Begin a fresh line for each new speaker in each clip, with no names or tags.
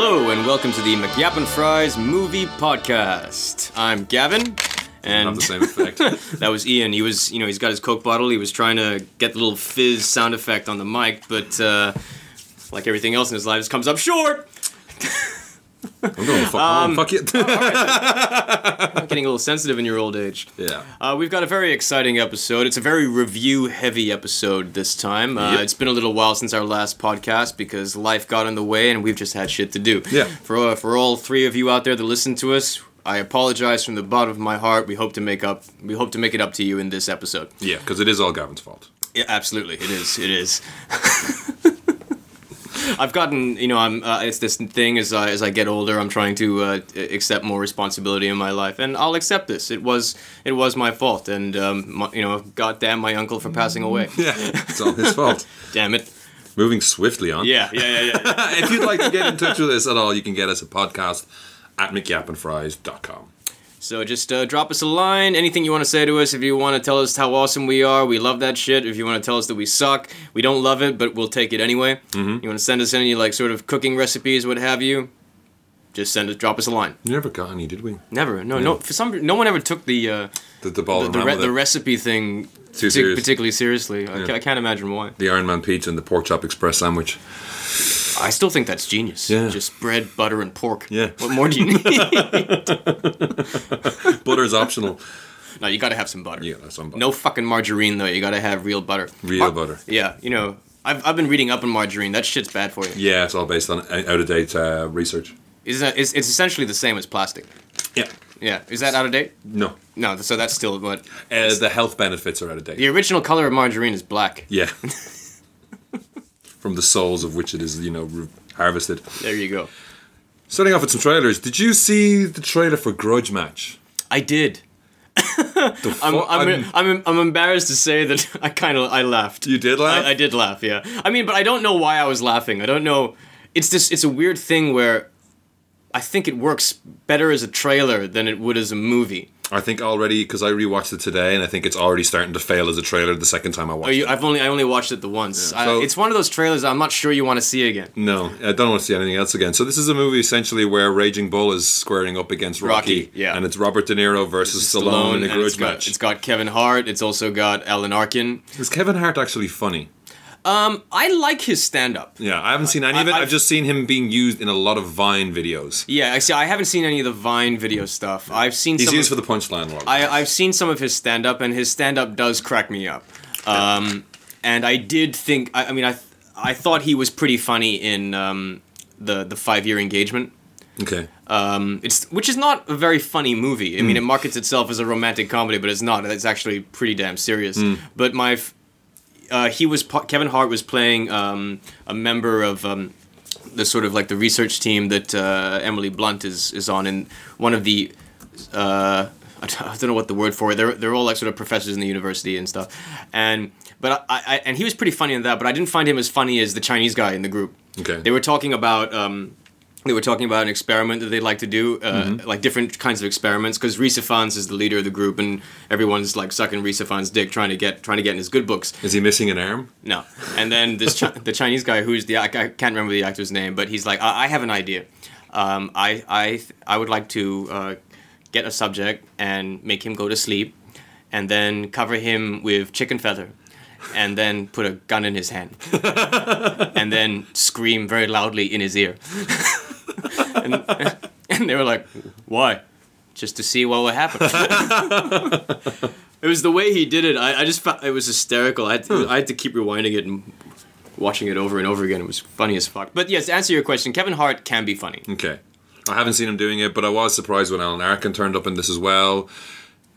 welcome to the McYap and Fries Movie Podcast. I'm Gavin, and
Not the same effect.
that was Ian. He was, you know, he's got his Coke bottle. He was trying to get the little fizz sound effect on the mic, but uh, like everything else in his life, just comes up short.
I'm going fuck, um, fuck it.
Getting a little sensitive in your old age.
yeah.
Uh, we've got a very exciting episode. It's a very review heavy episode this time. Uh,
Yep.
It's been a little while since our last podcast because life got in the way and we've just had shit to do.
Yeah.
For, uh, for all three of you out there that listen to us, I apologize from the bottom of my heart. We hope to make up. We hope to make it up to you in this episode.
Yeah, because it is all Gavin's fault.
Yeah, absolutely. It is. It is. I've gotten, you know, I'm. Uh, it's this thing as I as I get older, I'm trying to uh, accept more responsibility in my life, and I'll accept this. It was it was my fault, and um, my, you know, goddamn my uncle for passing away.
Yeah. It's all his fault.
Damn it.
Moving swiftly on.
Yeah, yeah, yeah, yeah.
if you'd like to get in touch with us at all, you can get us at podcast at mcyappandfries.com.
so just uh, drop us a line. Anything you want to say to us, if you want to tell us how awesome we are, we love that shit. If you want to tell us that we suck, we don't love it, but we'll take it anyway.
Mm-hmm.
You want to send us any like sort of cooking recipes, what have you? Just send us, drop us a line.
You never got any, did we?
Never. No, no. For some, no one ever took the uh,
The, Mm. the ball
the,
and
the,
ran
re-
with
the
it.
recipe thing
Too
partic-
serious.
particularly seriously. I, ca- I can't imagine why.
the Iron Man pizza and the pork chop express sandwich.
I still think that's genius.
Yeah.
Just bread, butter, and pork.
Yeah.
What more do you need?
Butter's optional.
no, you got to have some butter.
Yeah, that's on
No fucking margarine though. You got to have real butter.
Real
Mar-
butter.
Yeah. You know, I've, I've been reading up on margarine. That shit's bad for you.
Yeah, it's all based on out of date uh, research.
Is that? It's, it's essentially the same as plastic.
Yeah.
Yeah. Is that out of date?
No.
No. So that's still what.
Uh, the health benefits are out of date.
The original color of margarine is black.
Yeah. From the souls of which it is, you know, re- harvested.
There you go.
Starting off with some trailers. Did you see the trailer for Grudge Match?
I did.
The fu-
I'm, I'm,
I'm-
I'm, I'm, embarrassed to say that I kind of I laughed.
You did laugh?
I, I did laugh. Yeah. I mean, but I don't know why I was laughing. I don't know. It's this. It's a weird thing where I think it works better as a trailer than it would as a movie.
I think already because I rewatched it today, and I think it's already starting to fail as a trailer the second time I watched
But you,
it.
I've only I only watched it the once. I-
so-
it's one of those trailers I'm not sure you want to see again.
No, I don't want to see anything else again. So this is a movie essentially where Raging Bull is squaring up against Rocky,
Rocky, yeah.
and it's Robert De Niro versus Stallone in a
and
grudge
it's got,
match.
It's got Kevin Hart. It's also got Alan Arkin.
Is Kevin Hart actually funny?
I like his stand up.
Yeah, I haven't seen any of it.
I-
I've just seen him being used in a lot of Vine videos.
Yeah, I see. I haven't seen any of the Vine video stuff. I've seen
He's
some
used
of-
for the punchline a lot.
I, I've seen some of his stand up, and his stand up does crack me up. Um, and I did think, I, I mean, I, th- I thought he was pretty funny in um, the, the five year engagement.
okay.
Um, it's which is not a very funny movie. I mean, it markets itself as a romantic comedy, but it's not. It's actually pretty damn serious. But my, f- uh, he was pa- Kevin Hart was playing um, a member of um, the sort of like the research team that uh, Emily Blunt is is on, and one of the. Uh, I don't- I don't know what the word for it. They're they're all like sort of professors in the university and stuff, and but I, I and he was pretty funny in that. But I didn't find him as funny as the Chinese guy in the group.
Okay.
They were talking about um, they were talking about an experiment that they'd like to do, uh, like different kinds of experiments. Because Risa Fons is the leader of the group, and everyone's like sucking Risa Fons' dick, trying to get trying to get in his good books.
Is he missing an arm?
No, and then this chi- the Chinese guy who's the I, I can't remember the actor's name, but he's like, I, I have an idea. Um, I I th- I would like to uh, get a subject and make him go to sleep, and then cover him with chicken feather, and then put a gun in his hand, and then scream very loudly in his ear. and, and they were like, Why? Just to see what would happen. It was the way he did it. I, I just found it was hysterical. I had, to,
Hmm.
I had to keep rewinding it and watching it over and over again. It was funny as fuck. But yes, to answer your question, Kevin Hart can be funny.
Okay. I haven't seen him doing it, but I was surprised when Alan Arkin turned up in this as well.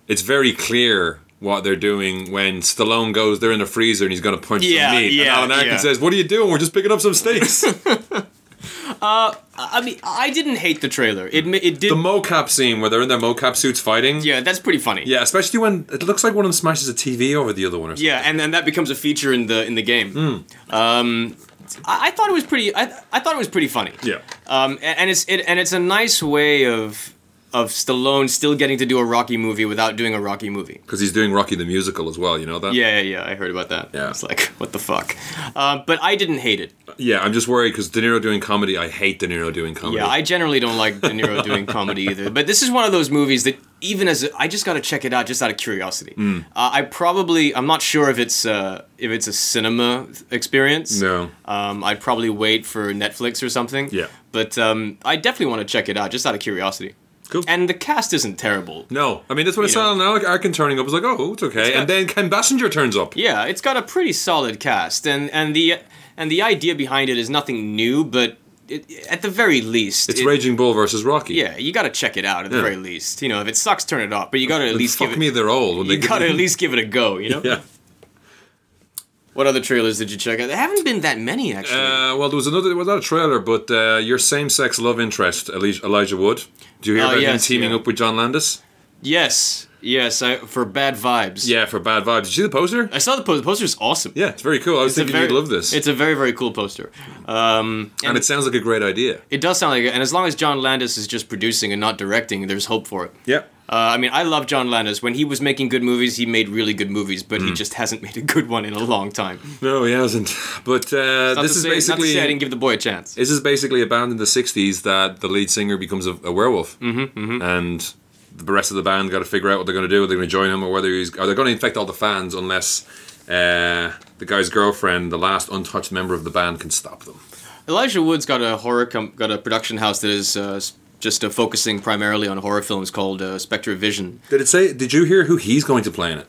It's very clear what they're doing when Stallone goes, they're in the freezer and he's going to punch
Yeah,
some meat.
yeah,
and Alan Arkin
yeah.
says, What are you doing? We're just picking up some steaks. the
I I mean, I didn't hate the trailer. It ma- it did.
mocap scene where they're in their mocap suits fighting.
yeah, that's pretty funny.
Yeah, especially when it looks like one of them smashes a TV over the other one or something.
Yeah, and then that becomes a feature in the in the game. Um,
Hmm.
I, I thought it was pretty. I, I thought it was pretty funny.
Yeah.
Um, a- and it's it and it's a nice way of of Stallone still getting to do a Rocky movie without doing a Rocky movie.
because he's doing Rocky the musical as well. You know that?
Yeah, yeah, yeah. I heard about that.
Yeah.
It's like, what the fuck? Um, but I didn't hate it.
Yeah, I'm just worried because De Niro doing comedy. I hate De Niro doing comedy.
Yeah, I generally don't like De Niro doing comedy either. But this is one of those movies that even as a, I just got to check it out just out of curiosity.
Mm.
Uh, I probably I'm not sure if it's uh, if it's a cinema experience.
No.
Um, I'd probably wait for Netflix or something.
Yeah.
But um, I definitely want to check it out just out of curiosity.
cool.
And the cast isn't terrible.
no, I mean that's what I
You
saw on Alec Arkin turning up. I was like, oh, it's okay. and then Ken Bassinger turns up.
Yeah, it's got a pretty solid cast, and and the and the idea behind it is nothing new, but it, at the very least,
It's
it-
Raging Bull versus Rocky.
Yeah, you got to check it out at the
Yeah.
very least. You know, if it sucks, turn it off. But you got to at least
fuck
give it.
me, they're old. When
you
they
got to at least give it a go. You know.
yeah.
What other trailers did you check out? There haven't been that many actually.
Uh, well, there was another. Well, not a trailer, but uh, your same-sex love interest, Elijah, Elijah Wood. Do you hear
Oh,
about
yes,
him teaming
yeah.
up with John Landis?
yes, yes, I, for bad vibes.
Yeah, for Bad Vibes. Did you see the poster?
I saw the poster. The poster's awesome.
Yeah, it's very cool. I was
It's a
thinking
very-
you'd love this,
It's a very very cool poster. Um, and,
and it sounds like a great idea.
it does sound like, it. and as long as John Landis is just producing and not directing, there's hope for it.
Yeah.
Uh, I mean, I love John Landis. When he was making good movies, he made really good movies, but
Mm.
he just hasn't made a good one in a long time.
No, he hasn't. But uh,
Not
this
to
is
say, not to say I
basically
didn't give the boy a chance.
this is basically a band in the '60s that the lead singer becomes a, a werewolf, mm-hmm, and the rest of the band got to figure out what they're going to do. Are they going to join him, or whether he's are they going to infect all the fans unless uh, the guy's girlfriend, the last untouched member of the band, can stop them.
Elijah Wood's got a horror com- got a production house that is uh, s- just uh, focusing primarily on horror films called uh, Spectre Vision.
Did it say? Did you hear who he's going to play in it?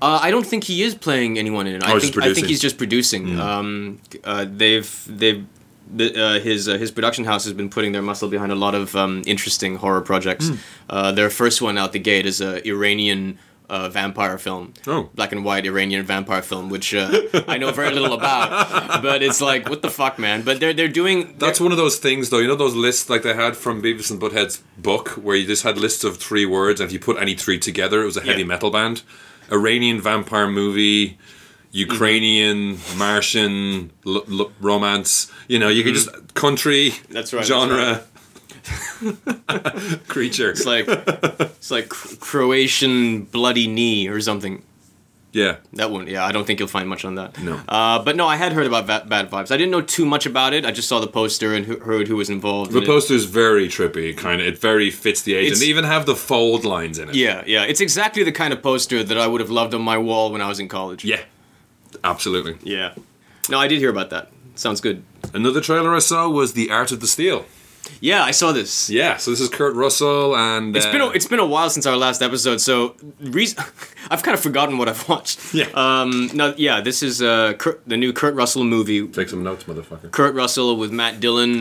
Uh, I don't think he is playing anyone in it. I
Oh,
think
just
I think
producing. Mm.
he's just producing. Um, uh, they've they've the, uh, his uh, his production house has been putting their muscle behind a lot of um, interesting horror projects.
Hmm.
Uh, their first one out the gate is a Iranian. Uh, vampire film,
Oh.
black and white Iranian vampire film, which uh, I know very little about, but it's like what the fuck, man. But they're they're doing
That's one of those things, though. You know those lists like they had from Beavis and Butthead's book, where you just had lists of three words, and if you put any three together, it was a heavy
Yeah.
metal band. Iranian vampire movie, Ukrainian,
Mm-hmm.
Martian l- l- romance. You know, you could just country,
Mm-hmm. That's right, that's
genre, creature.
It's like it's like Cro- Croatian bloody knee or something.
yeah,
That one, yeah, I don't think you'll find much on that.
No.
uh, but no, I had heard about Va- Bad Vibes. I didn't know too much about it. I just saw the poster and who- heard who was involved.
the
and it-
poster's very trippy. Kind of, it very fits the age,
It's-
and they even have the fold lines in it.
yeah, yeah, it's exactly the kind of poster that I would have loved on my wall when I was in college.
yeah, absolutely.
yeah. No, I did hear about that. Sounds good.
Another trailer I saw was The Art of the Steel.
Yeah, I saw this.
Yeah, so this is Kurt Russell and uh,
It's been a, it's been a while since our last episode, so reas I've kind of forgotten what I've watched.
Yeah.
Um. No. Yeah. This is uh Kurt, the new Kurt Russell movie
take some notes, motherfucker.
Kurt Russell with Matt Dillon,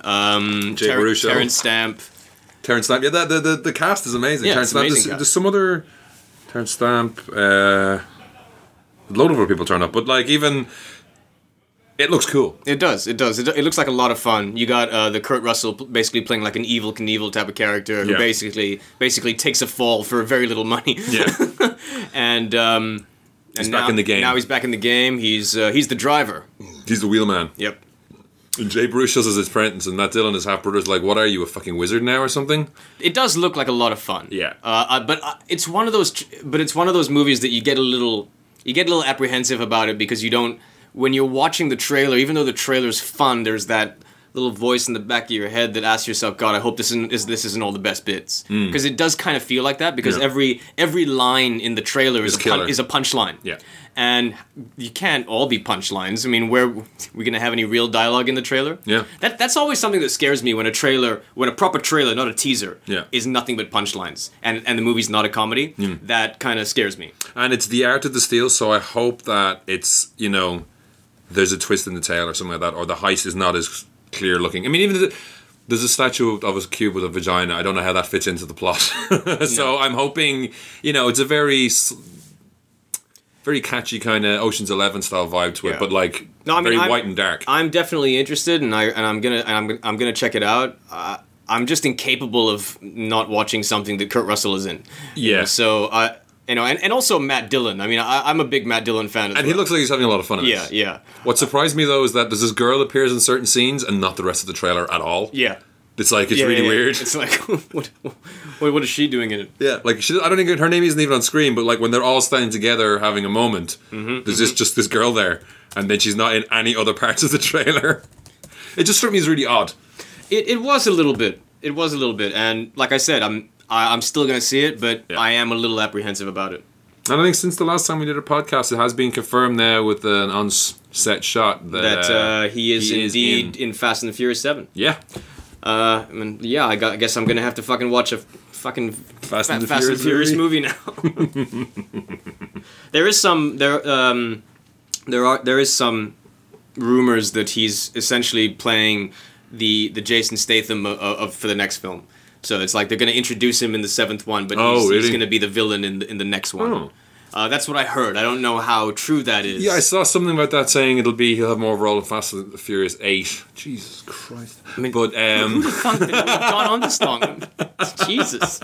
um,
Jay
Ter-
Baruchel.
Terrence Stamp.
Terrence Stamp. Yeah, that, the, the the cast is amazing.
Yeah,
Terrence
it's
Stamp.
amazing
there's,
cast.
there's some other Terrence Stamp. Uh, a load of other people turn up, but like even it looks cool.
It does, it does. It, it looks like a lot of fun. You got uh, the Kurt Russell p- basically playing like an evil Knievel type of character who
Yeah.
basically basically takes a fall for very little money. and um, he's
back in the game.
Now he's back in the game. He's uh, he's the driver.
he's the wheelman.
Yep.
And Jay Baruchel is his apprentice, and Matt Dillon, his half brother, is like, "What are you, a fucking wizard now or something?"
It does look like a lot of fun.
Yeah.
Uh, uh, but uh, it's one of those. tr- But it's one of those movies that you get a little, you get a little apprehensive about it because you don't. When you're watching the trailer, even though the trailer's fun, there's that little voice in the back of your head that asks yourself, "God, I hope this isn't is, this isn't all the best bits." Because it does kind of feel like that. Because
Mm. Yeah.
every every line in the trailer is
Is
a pun-
killer.
is a punchline.
Yeah.
And you can't all be punchlines. I mean, where we gonna have any real dialogue in the trailer?
Yeah.
That that's always something that scares me when a trailer, when a proper trailer, not a teaser,
Yeah. Hmm.
is nothing but punchlines, and and the movie's not a comedy. That kind of scares me.
And it's the art of the steal, so I hope that it's you know there's a twist in the tail or something like that, or the heist is not as clear looking. I mean, even the, there's a statue of a cube with a vagina. I don't know how that fits into the plot. so I'm hoping you know it's a very s- very catchy kind of Ocean's Eleven style vibe to it,
Yeah.
but like
No, I mean,
very
I'm-
white and dark.
I'm definitely interested, and I and I'm gonna and I'm gonna- I'm gonna check it out. Uh, I'm just incapable of not watching something that Kurt Russell is in. You
Yeah.
know, So I. you know, and, and also Matt Dillon. I mean, I, I'm a big Matt Dillon fan. As
and he
well.
looks like he's having a lot of fun. In
Yeah,
this.
yeah,
What surprised me though is that there's this girl appears in certain scenes and not the rest of the trailer at all.
yeah.
It's like it's
Yeah,
really
yeah, yeah.
weird.
It's like, what, what, what is she doing in it?
Yeah, like she, I don't think her name isn't even on screen, but like when they're all standing together having a moment,
Mm-hmm,
there's just just this girl there, and then she's not in any other parts of the trailer. It just struck me as really odd.
It, it was a little bit. It was a little bit, and like I said, I'm I, I'm still gonna see it, but
Yeah.
I am a little apprehensive about it.
And I think since the last time we did a podcast, it has been confirmed now with an on-set shot that,
That uh, he is
he is
indeed in. Fast and the Furious Seven.
yeah,
Uh, I mean, yeah, I, got, I guess I'm gonna have to fucking watch a fucking
Fast
Fa-
and the
Fast
Furious,
and Furious
movie.
movie now. there is some there um, there are there is some rumors that he's essentially playing the the Jason Statham of, of for the next film. So it's like they're going to introduce him in the seventh one, but
Oh,
he's, he's
really?
going to be the villain in the, in the next one.
Oh.
Uh, that's what I heard. I don't know how true that is.
Yeah, I saw something about that saying it'll be he'll have more role in Fast and the Furious Eight. Jesus Christ!
mean-
but um,
gone on this long. Jesus,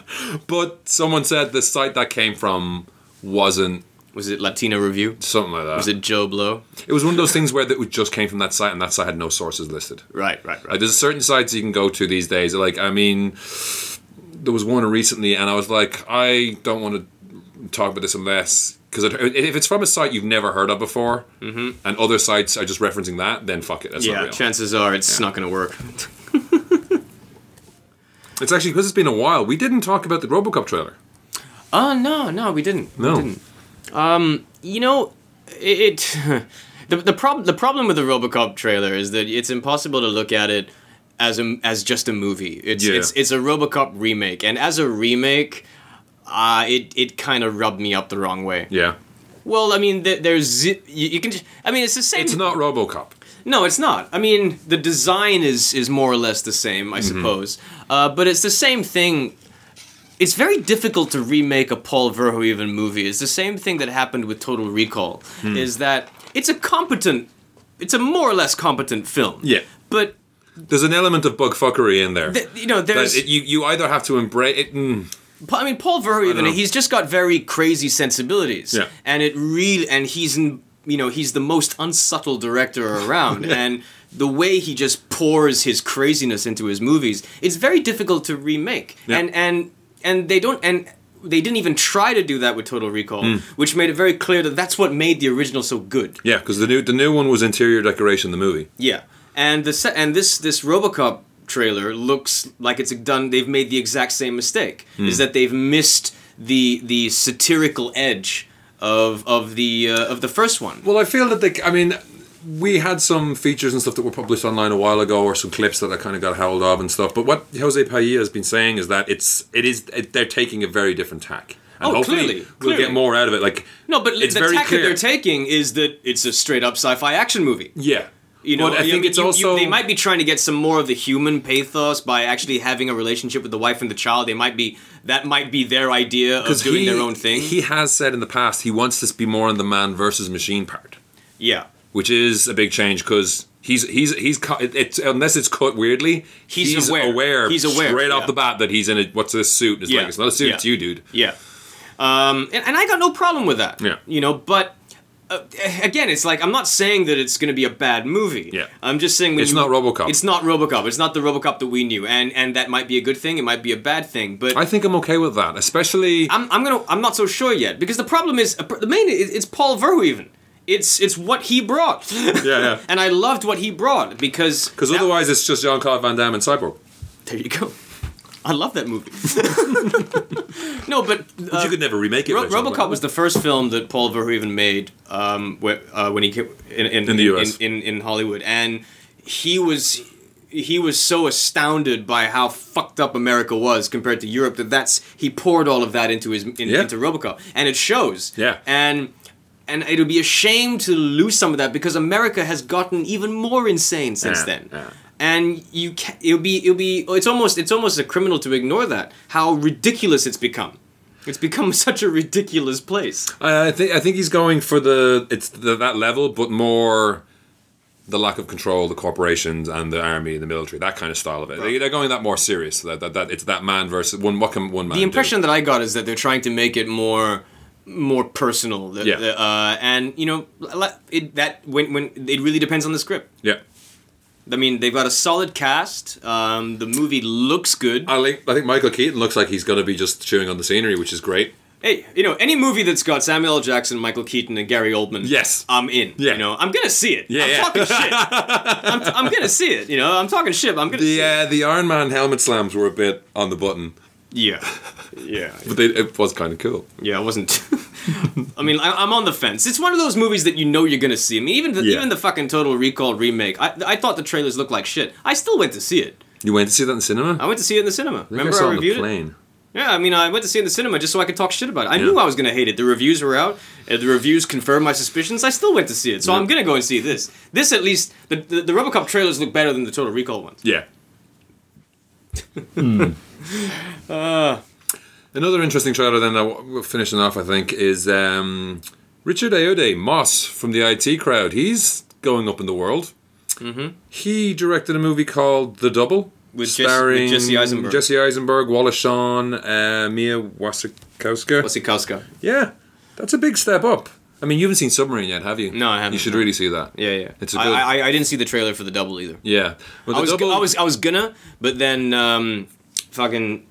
but someone said the site that came from wasn't
was it Latino Review?
something like that.
Was it Joe Blow?
It was one of those things where that just came from that site, and that site had no sources listed.
Right, right, right.
Like, there's certain sites you can go to these days. Like, I mean, there was one recently, and I was like, I don't want to talk about this unless because it, if it's from a site you've never heard of before, and other sites are just referencing that, then fuck it, that's not
Mm-hmm. yeah,
real.
chances are it's not going to work.
it's actually because it's been a while. We didn't talk about the RoboCop trailer.
Oh no, no, we didn't.
No.
we didn't. Um, you know, it. it the the problem the problem with the RoboCop trailer is that it's impossible to look at it as a as just a movie. It's
Yeah.
it's it's a RoboCop remake, and as a remake, uh, it it kind of rubbed me up the wrong way.
Yeah,
Well, I mean, th- there's zi- you, you can. j- I mean, it's the same.
it's not RoboCop.
No, it's not. I mean, the design is is more or less the same,
Mm-hmm.
I suppose. Uh, but it's the same thing. It's very difficult to remake a Paul Verhoeven movie. It's the same thing that happened with Total Recall.
Hmm.
Is that it's a competent, it's a more or less competent film.
Yeah.
But
There's an element of bugfuckery in there.
th- you know,
that
there's.
it, you you either have to embrace it. Mm,
Pa- I mean, Paul
don't know.
Verhoeven, he's just got very crazy sensibilities.
Yeah.
And it really, and he's, in, you know, he's the most unsubtle director around. And the way he just pours his craziness into his movies, it's very difficult to remake.
Yeah.
And, and, and they don't, and they didn't even try to do that with Total Recall,
Hmm.
which made it very clear that that's what made the original so good.
yeah, because the new the new one was interior decoration. The movie.
Yeah, and the se- and this this RoboCop trailer looks like it's done. They've made the exact same mistake.
Hmm.
Is that they've missed the the satirical edge of of the uh, of the first one.
Well, I feel that they. I mean, we had some features and stuff that were published online a while ago, or some clips that I kind of got hold of and stuff. But what Jose Paella has been saying is that it's it is it, they're taking a very different tack. And
Oh,
hopefully
clearly,
we'll
clearly.
get more out of it. Like
No, but
it's
the
very
tack
clear.
that they're taking is that it's a straight up sci-fi action movie.
yeah,
You know,
but I think
mean,
it's
you- you-
also
they might be trying to get some more of the human pathos by actually having a relationship with the wife and the child. They might be that might be their idea of
'cause
doing
he-
their own thing.
He has said in the past he wants this to be more on the man versus machine part.
yeah,
which is a big change because he's he's he's cu- it- it's unless it's cut weirdly,
He's aware. He's aware,
straight
yeah.
off the bat that he's in a what's this suit? And it's
Yeah,
like it's not a suit,
yeah.
it's you, dude.
Yeah. Um, and, and I got no problem with that.
Yeah.
You know, but uh, again, it's like I'm not saying that it's going to be a bad movie.
Yeah.
I'm just saying when
It's
you-
not RoboCop.
It's not RoboCop. It's not the RoboCop that we knew, and and that might be a good thing. It might be a bad thing, but.
I think I'm okay with that, especially
I'm, I'm gonna I'm not so sure yet because the problem is uh, the main it- it's Paul Verhoeven. It's it's what he brought.
yeah.
and I loved what he brought because
because
that-
otherwise it's just Jean Claude Van Damme and Cyborg.
there you go. I love that movie. no, but
But
uh,
you could never remake it.
Ro-
by Jean
RoboCop
Claude.
was the first film that Paul Verhoeven made um, wh- uh, when he came in, in,
In the US.
in, in, in Hollywood, and he was he was so astounded by how fucked up America was compared to Europe that that's he poured all of that into his in,
Yeah.
into RoboCop, and it shows.
Yeah.
and. And it would be a shame to lose some of that because America has gotten even more insane since
Yeah,
then
yeah.
and you can it'll be it'll be it's almost it's almost a criminal to ignore that how ridiculous it's become it's become such a ridiculous place
I I think I think he's going for the it's the, that level, but more the lack of control, the corporations and the army and the military, that kind of style of it. They, they're going that more serious. That, that, that it's that man versus one. What can one man?
the
do?
impression that i got is that they're trying to make it more more personal The-
Yeah.
the, uh, and you know l- l- it, that when when it really depends on the script
Yeah.
I mean, they've got a solid cast. Um, the movie looks good.
I think I think Michael Keaton looks like he's going to be just chewing on the scenery, which is great.
hey, you know, any movie that's got Samuel L. Jackson, Michael Keaton, and Gary Oldman,
Yes.
I'm in.
Yeah.
you know, I'm gonna see it.
Yeah,
I'm
yeah.
talking shit. I'm, I'm gonna see it. You know, I'm talking shit. but I'm gonna see
The uh, the Iron Man helmet slams were a bit on the button,
it. Yeah, yeah,
but they, it was kind of cool.
yeah. I wasn't. I mean, I, I'm on the fence. It's one of those movies that you know you're gonna see. I mean, even the,
Yeah.
even the fucking Total Recall remake. I I thought the trailers looked like shit. I still went to see it.
You went to see that in the cinema?
I went to see it in the cinema.
think
Remember,
I saw
I
it on the
reviewed it.
plane.
Yeah, I mean, I went to see it in the cinema just so I could talk shit about it. I knew
Yeah.
I was going to hate it. The reviews were out. Uh, the reviews confirmed my suspicions. I still went to see it, so
Yeah.
I'm going to go and see this. This, at least, the, the, the Robocop trailers look better than the Total Recall ones.
Yeah. Hmm. Uh, Another interesting trailer then that w- we're finishing off, I think, is um, Richard Ayode Moss from the IT crowd. He's going up in the world. He directed a movie called The Double.
Mm-hmm. With Jesse- with Jesse Eisenberg.
Jesse Eisenberg, Wallace Shawn, uh, Mia Wasikowska.
Wasikowska.
yeah, that's a big step up. I mean, you haven't seen Submarine yet, have you?
No, I haven't,
You should
no.
really see that.
Yeah, yeah.
It's a
I-
good-
I, I, I didn't see the trailer for the double either.
Yeah. Well,
I
The
was,
Double-
I was I was gonna, but then um, fucking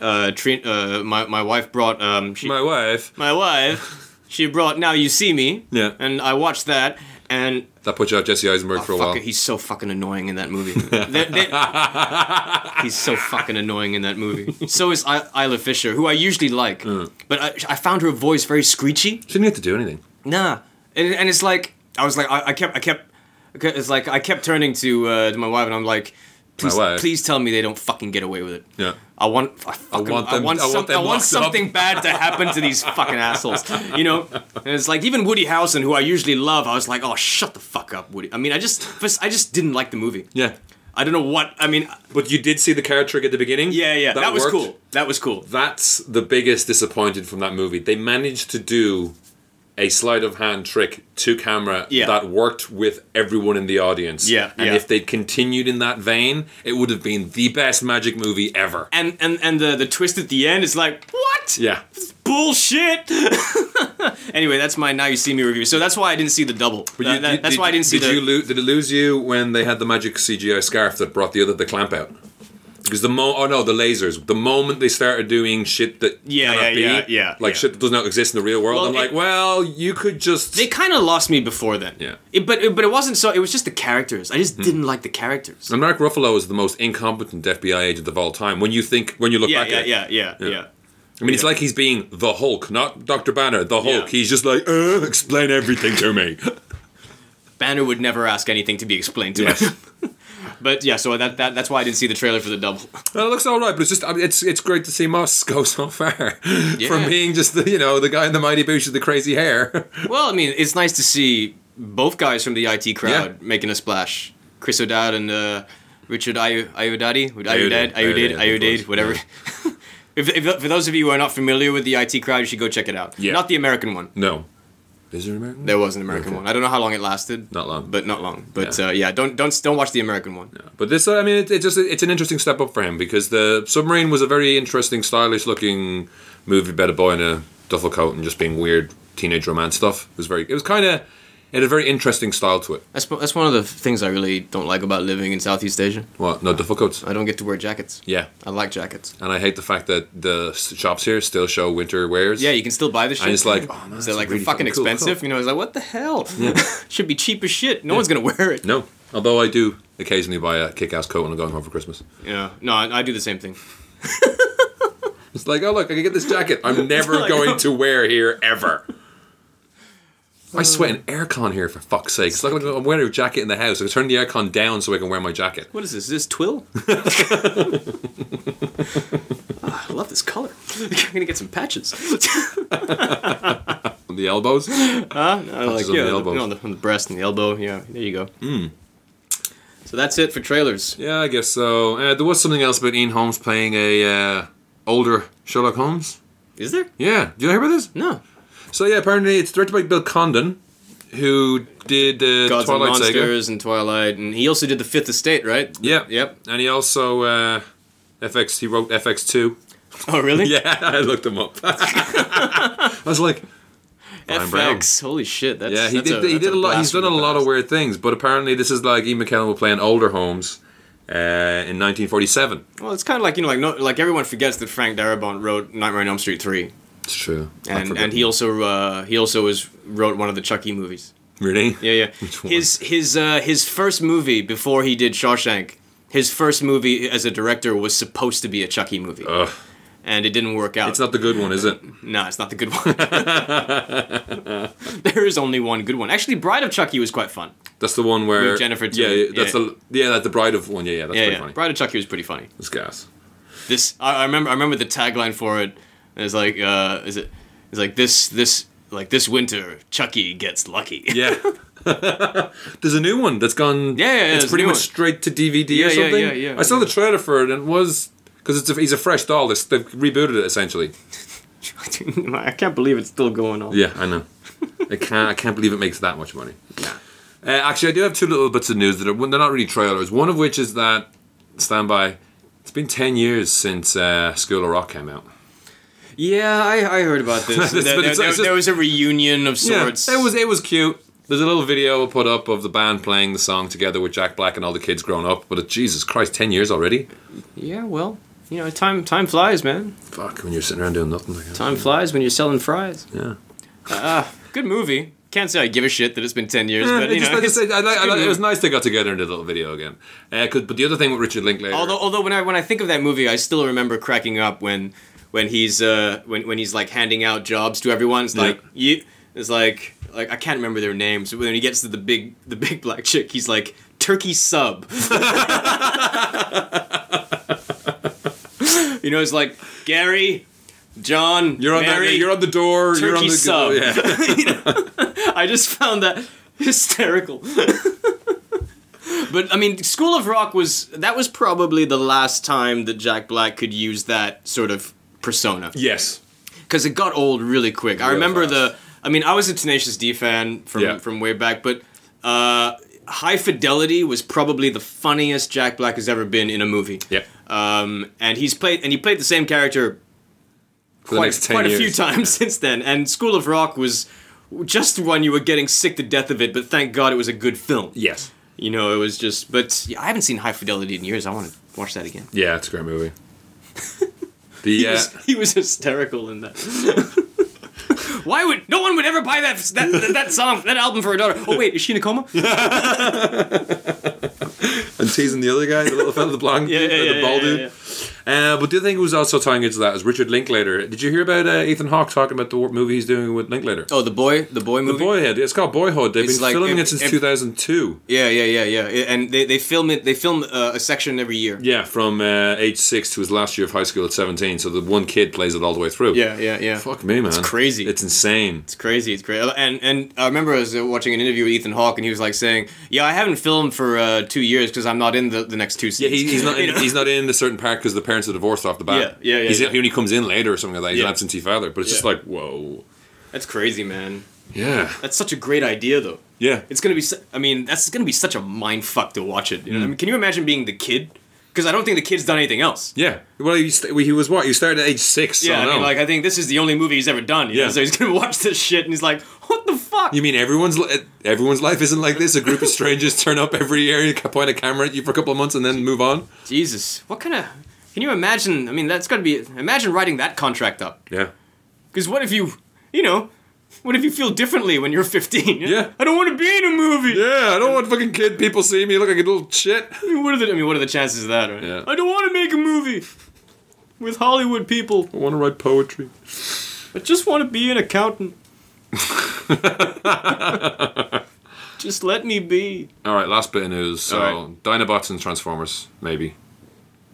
uh, Trin- uh, my my wife brought um, she,
my wife.
my wife she brought Now You See Me.
Yeah.
and I watched that and
That put you out Jesse Eisenberg for a
Fuck
while.
it, he's so fucking annoying in that movie. They- they- he's so fucking annoying in that movie. So is I- Isla Fisher, who I usually like,
Mm.
but I, I found her voice very screechy.
She didn't have to do anything.
Nah, and, and it's like I was like I, I kept I kept it's like I kept turning to uh, to my wife and I'm like, please
wife.
please tell me they don't fucking get away with it.
Yeah.
I want, I, fucking, I
want
want,
them- I
some,
want
I want,
them locked up.
something bad to happen to these fucking assholes, you know. And it's like even Woody Harrelson, who I usually love, I was like, oh, shut the fuck up, Woody. I mean, I just, first, I just didn't like the movie.
Yeah.
I don't know what. I mean,
But you did see the card trick at the beginning.
yeah, yeah, that, was
worked.
cool. That was cool.
That's the biggest disappointed from that movie. They managed to do a sleight of hand trick to camera
Yeah.
that worked with everyone in the audience.
Yeah,
And
yeah.
if they'd continued in that vein, it would have been the best magic movie ever.
And and and the the twist at the end is like, what?
Yeah.
Bullshit. anyway, that's my now you see me review. So that's why I didn't see the double.
But you-
That- that-
you-
that's
did-
why I didn't see
did
the.
You lo- did it lose you when they had the magic CGI scarf that brought the other the clamp out? Because the mo oh no the lasers the moment they started doing shit that
Yeah,
cannot
yeah,
be,
yeah, yeah,
like
yeah.
shit that does not exist in the real world
Well,
I'm
it-
like well you could just
they kind of lost me before then.
Yeah. Hmm.
It, but it, but it wasn't so. It was just the characters. I just didn't like the characters.
and Mark Ruffalo is the most incompetent FBI agent of all time when you think when you look
Yeah,
back
yeah,
at it
yeah, yeah, yeah,
I mean it's
yeah.
like he's being the Hulk not Doctor Banner the Hulk
Yeah.
he's just like uh, explain everything to me
Banner would never ask anything to be explained to
Yes.
him. but yeah, so that, that that's why I didn't see the trailer for the double.
Well, it looks all right, but it's just I mean, it's it's great to see Moss go so far from
Yeah.
being just the you know the guy in the mighty boots with the crazy hair.
well, I mean, it's nice to see both guys from the IT crowd making a splash. Chris O'Dowd and uh, Richard Ayu- Ayudadi, Ayudad, Ayudade,
Ayudade, I think it
Ayudade,
was,
whatever. if, if, for those of you who are not familiar with the IT crowd, you should go check it out.
Yeah.
Not the American one.
No, is there an American?
There was an American
Okay.
one. I don't know how long it lasted.
Not long.
but not long. But
Yeah.
yeah, uh, yeah don't don't don't watch the American one.
But this, I mean, it, it just it's an interesting step up for him because the submarine was a very interesting, stylish looking movie about a boy in a duffel coat and just being weird teenage romance stuff. It was very, it was kind of. It had a very interesting style to it.
That's that's one of the things I really don't like about living in Southeast Asia.
What? No duffel coats.
I don't get to wear jackets.
Yeah,
I like jackets.
and I hate the fact that the s- shops here still show winter wears.
Yeah, you can still buy the shit.
it's like, oh, man,
is
that's
it like
really
fucking
fucking cool,
expensive? You
cool.
know, it's like what the hell? Should be cheap as shit. No one's gonna wear it.
No, although I do occasionally buy a kick-ass coat when I'm going home for Christmas.
Yeah, no, I, I do the same thing.
It's like, oh look, I can get this jacket. I'm never
like-
going to wear here ever.
Hmm.
I sweat in aircon here for fuck's sake. It's like I'm wearing a jacket in the house. I turn the aircon down so I can wear my jacket.
What is this? Is this twill? Ah, I love this color. I'm gonna get some patches.
On the elbows.
Huh? No, like
on the
yeah, the
elbows.
no, on the, on the breast and the elbow. Yeah, there you go. So that's it for trailers.
yeah, I guess so. Uh, there was something else about Ian Holmes playing a uh, older Sherlock Holmes.
Is there?
Yeah, do you hear about this?
No.
So yeah, apparently it's directed by Bill Condon, who did uh,
Gods
Twilight
and
Saga.
Monsters and Twilight, and he also did the Fifth Estate, right?
Yeah,
Yep.
And he also uh, FX. He wrote FX two.
Oh, really?
Yeah, I looked him up. I was like, Brian Brown.
FX. Holy shit. That's,
Yeah, he
that's
did.
A,
he
that's
did a lot. He's
blast from
done a
the
lot of
past.
weird things, but apparently this is like Ian McKellen will playing older Holmes uh, in 1947.
Well, it's kind of like you know, like no, like everyone forgets that Frank Darabont wrote Nightmare on Elm Street three,
It's true. I
and
forgot.
and he also uh, he also was wrote one of the Chucky movies.
really
Yeah, yeah.
Which one?
His his uh, his first movie before he did Shawshank, his first movie as a director was supposed to be a Chucky movie,
Ugh.
and it didn't work out.
Uh. It's not the good one, is it?
No, it's not the good one. there is only one good one. Actually, Bride of Chucky was quite fun.
That's the one where
With Jennifer
Yeah,
Tilly,
yeah, that's
yeah.
the yeah, that's the bride of one. Yeah, yeah, that's
yeah,
pretty
yeah.
funny.
Bride of Chucky was pretty funny.
It's gas.
This I, I remember. I remember the tagline for it. It's like, uh, is it? It's like this this like this winter Chucky gets lucky.
Yeah. There's a new one that's gone.
Yeah, yeah, yeah,
it's
there's
pretty
a new
much
one.
straight to DVD
Yeah,
or
yeah,
something.
yeah, yeah,
I saw
yeah.
the trailer for it, and it was because it's a, he's a fresh doll. It's, they've rebooted it essentially.
I can't believe it's still going on.
Yeah, I know. I can't. I can't believe it makes that much money. Uh, actually, I do have two little bits of news that are they're not really trailers. One of which is that Stand By. It's been ten years since uh, School of Rock came out.
Yeah, I, I heard about this.
But
there, there-
it's- it's
there-
just-
there was a reunion of sorts.
Yeah, it was it was cute. There's a little video put up of the band playing the song together with Jack Black and all the kids grown up. But uh, Jesus Christ, ten years already.
Yeah, well, you know, time time flies, man.
Fuck, when you're sitting around doing nothing. Like that.
Time flies when you're selling fries. Ah,
Yeah.
Good movie. Can't say I give a shit that it's been ten years,
Yeah,
but
it
you
just-
know.
like I said, I like- I like- it
good
was nice they got together and did a little video again. Uh, 'cause- but the other thing with Richard Linklater,
Although, although when I when I think of that movie, I still remember cracking up when when he's uh when, when he's like handing out jobs to everyone. It's
Yeah.
like you. It's like like I can't remember their names. But when he gets to the big the big black chick, he's like turkey sub. you know, it's like Gary, John,
you're on
Mary,
that, you're on the door, you're on
turkey
the
sub.
Yeah.
I just found that hysterical. but I mean, School of Rock was that was probably the last time that Jack Black could use that sort of persona
yes.
because it got old really quick. I
Real
remember
fast.
the. I mean, I was a Tenacious D fan from
Yeah.
from way back, but uh, High Fidelity was probably the funniest Jack Black has ever been in a movie.
Yep.
Um, and he's played and he played the same character
For the
quite,
next 10
quite a
years.
few times since then. And School of Rock was just one you were getting sick to death of it, but thank God it was a good film.
Yes.
You know, it was just. But yeah, I haven't seen High Fidelity in years. I want to watch that again.
Yeah, it's a great movie. The
He,
uh,
was, he was hysterical in that. Why would no one would ever buy that that, that that song that album for a daughter? Oh wait, is she in a coma?
and teasing the other guy, the little fella, the blonde,
Yeah, yeah,
dude,
yeah,
the bald
yeah, yeah,
dude. Uh, but the other thing was also tying into that is Richard Linklater. Did you hear about uh, Ethan Hawke talking about the war- movie he's doing with Linklater?
Oh, the boy, the boy
the
movie.
Boyhood. It's called Boyhood. They've
It's
been
like
filming
if-
it since
if-
2002.
Yeah, yeah, yeah, yeah. And they, they film it. They film uh, a section every year.
Yeah, from uh, age six to his last year of high school at 17. So the one kid plays it all the way through.
Yeah, yeah, yeah.
Fuck me, man. It's
crazy.
It's insane.
It's crazy. It's crazy. And and I remember I was uh, watching an interview with Ethan Hawke, and he was like saying, "Yeah, I haven't filmed for uh, two years because I'm not in the, the next two
Yeah,
scenes."
he, he's not.
You
In,
know?
he's not in a certain part because the parents are divorced off the bat.
Yeah, yeah, yeah,
He's,
yeah.
He only comes in later or something like that. He's an
Yeah.
absentee father, but it's just
Yeah.
like whoa.
That's crazy, man.
Yeah,
That's such a great idea, though.
yeah.
It's gonna be. su- I mean, that's gonna be such a mind fuck to watch it. You
Hmm.
know? I mean, can you imagine being the kid? Because I don't think the kid's done anything else.
Yeah. Well, he, st- he was what? You started at age six. so
Yeah, I
no.
mean, like I think this is the only movie he's ever done. You
Yeah.
know? so he's gonna watch this shit, and he's like, "What the fuck?"
you mean everyone's li- everyone's life isn't like this? A group of strangers turn up every year, and point a camera at you for a couple of months, and then move on.
Jesus, what kind of? Can you imagine? I mean, that's gotta be. Imagine writing that contract up.
Yeah.
Because what if you, you know, what if you feel differently when you're 15?
Yeah.
I don't want to be in a movie.
Yeah. I don't want fucking kid people see me look like a little shit.
I mean, what are the, I mean, what are the chances of that, right?
Yeah.
I don't want to make a movie with Hollywood people.
I want to write poetry.
I just want to be an accountant. just let me be.
All right. Last bit of news. So
All
Dinobots and Transformers, maybe.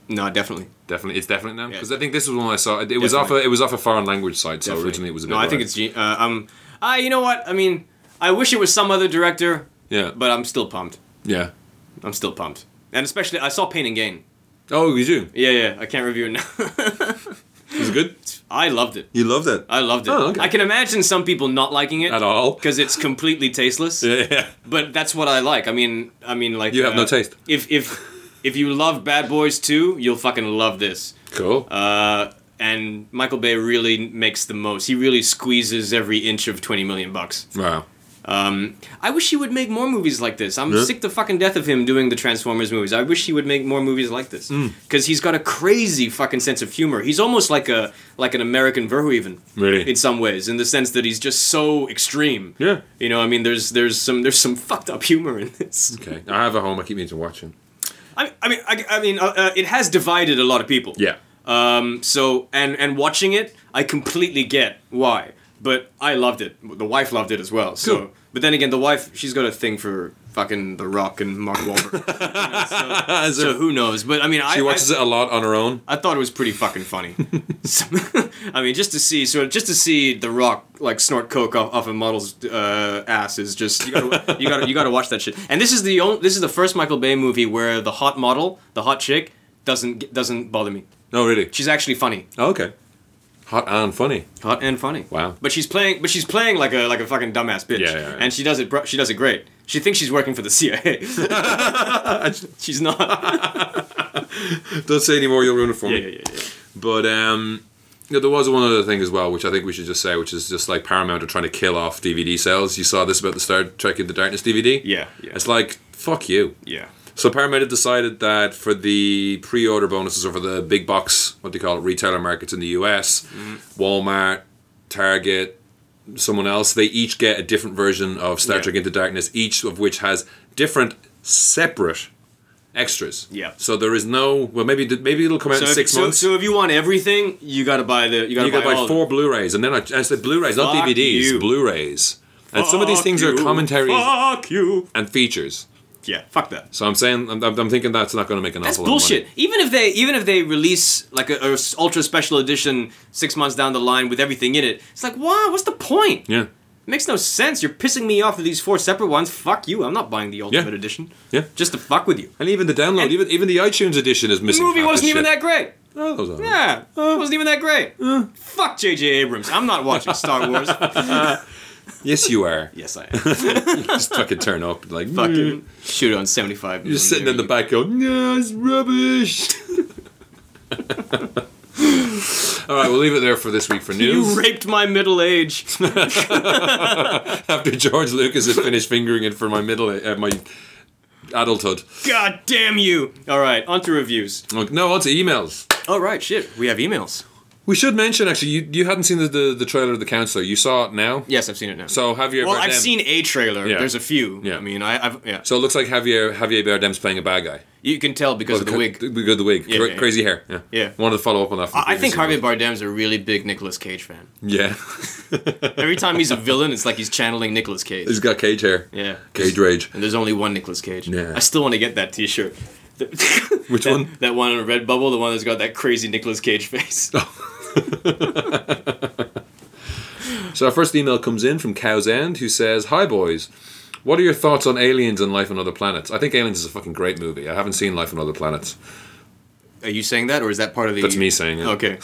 No, definitely.
Definitely, it's definitely now
Yeah.
because I think this was one I saw. It, it was off. A,
Definitely.
it was off a foreign language site, so
Definitely.
originally it was a bit.
No, I think
rare.
it's. gen- Uh, um, ah, you know what? I mean, I wish it was some other director,
yeah,
but I'm still pumped.
yeah.
I'm still pumped. And especially, I saw Pain and Gain.
Oh, you do.
Yeah, yeah. I can't review it now.
Is it good?
I loved it.
You loved it
I loved it.
Oh, okay.
I can imagine some people not liking it
at all?
because it's completely tasteless.
Yeah, yeah.
But that's what I like. I mean, I mean, like uh,
You have no taste.
If if if you love Bad Boys 2, you'll fucking love this.
Cool.
Uh, and Michael Bay really makes the most. He really squeezes every inch of twenty million bucks.
Wow.
Um, I wish he would make more movies like this. I'm
Yeah.
sick to fucking death of him doing the Transformers movies. I wish he would make more movies like this
Mm.
because he's got a crazy fucking sense of humor. He's almost like a like an American Verhoeven,
Really?
in some ways, in the sense that he's just so extreme.
Yeah.
you know, I mean, there's there's some there's some fucked up humor in this.
Okay. I have a home. I keep meaning to watch it.
I, I mean, I, I mean, uh, uh, it has divided a lot of people.
Yeah.
Um, so and and watching it, I completely get why. But I loved it. The wife loved it as well. So,
Cool.
but then again, the wife she's got a thing for fucking The Rock and Mark Wahlberg.
As
so
if-
who knows? But I mean, I,
she watches
I,
it a lot on her own.
I thought it was pretty fucking funny. So- I mean, just to see so just to see The Rock like snort coke off, off a model's uh, ass is just you gotta you gotta you gotta watch that shit. And this is the only this is the first Michael Bay movie where the hot model, the hot chick, doesn't get- doesn't bother me.
No, really.
She's actually funny.
Oh, okay. Hot and funny.
hot and funny.
Wow.
But she's playing, but she's playing like a like a fucking dumbass bitch.
Yeah, yeah, yeah.
And she does it. br- She does it great. She thinks she's working for the CIA. she's not.
Don't say any more. You'll ruin it for
Yeah,
me.
yeah, yeah, yeah.
But um, you know, there was one other thing as well, which I think we should just say, which is just like Paramount are trying to kill off DVD sales. You saw this about the Star Trek Into Darkness DVD.
Yeah, yeah.
It's like fuck you.
Yeah.
So Paramount had decided that for the pre-order bonuses or for the big box, what do you call it, retailer markets in the US,
Mm-hmm.
Walmart, Target, someone else, they each get a different version of Star
Yeah.
Trek Into Darkness, each of which has different separate extras.
Yeah.
So there is no well, maybe maybe it'll come out
So,
in
if,
six
so,
months.
so if you want everything, you gotta buy the you gotta
you
buy,
got to
all
buy
of
four Blu-rays, and then I, I said Blu-rays, not
Fuck
DVDs,
you.
Blu-rays.
them.
And some of these
Fuck
things are
you.
commentaries
Fuck you.
and features.
Yeah. Fuck that.
So I'm saying I'm, I'm I'm thinking that's not going to make an
That's
awful lot of money.
bullshit. Even if they even if they release like a, a s- ultra special edition six months down the line with everything in it, it's like, why? What's the point?
Yeah,
Makes no sense. You're pissing me off with these four separate ones. Fuck you. I'm not buying the ultimate
Yeah.
edition.
yeah.
Just to fuck with you.
And even the download,
And-
even even the iTunes edition is
The
missing.
movie
half the
wasn't even
shit. Uh.
that great.
Oh, that was alright.
Yeah, it wasn't even that great. Fuck J.J. Abrams. I'm not watching Star Wars.
Yes, you are.
yes, I am.
Just fucking turn up like "Mm."
Fucking shoot on 75.
You're sitting in the back going, no, it's rubbish. All right, we'll leave it there for this week for news.
You raped my middle age.
After George Lucas has finished fingering it for my middle, uh, my adulthood.
God damn you. All right, on to reviews.
Like, no, on to emails.
All right, shit. We have emails.
We should mention actually, you, you hadn't seen the, the, the trailer of the counselor. You saw it now.
Yes, I've seen it now.
So Javier
well,
Bardem.
I've seen a trailer.
Yeah.
There's a few.
Yeah.
I mean, I, I've yeah.
So it looks like Javier Javier Bardem's playing a bad guy.
You can tell because of the wig.
We got the wig.
Yeah,
Cra-
yeah, yeah.
Crazy hair. Yeah.
Yeah.
Wanted to follow up on that. From the
I I think
previous
Harvey Bardem's a really big Nicolas Cage fan.
Yeah.
Every time he's a villain, it's like he's channeling Nicolas Cage.
He's got cage hair.
Yeah.
Cage rage.
And there's only one Nicolas Cage.
Yeah.
I still want to get that T-shirt. The-
Which
that,
one?
That one on Redbubble, the one that's got that crazy Nicolas Cage face.
Uh, So our first email comes in from Cow's End, who says, "Hi boys, what are your thoughts on Aliens and Life on Other Planets? I think Aliens is a fucking great movie. I haven't seen Life on Other Planets.
Are you saying that, or is that part of the?
That's me saying it.
Okay.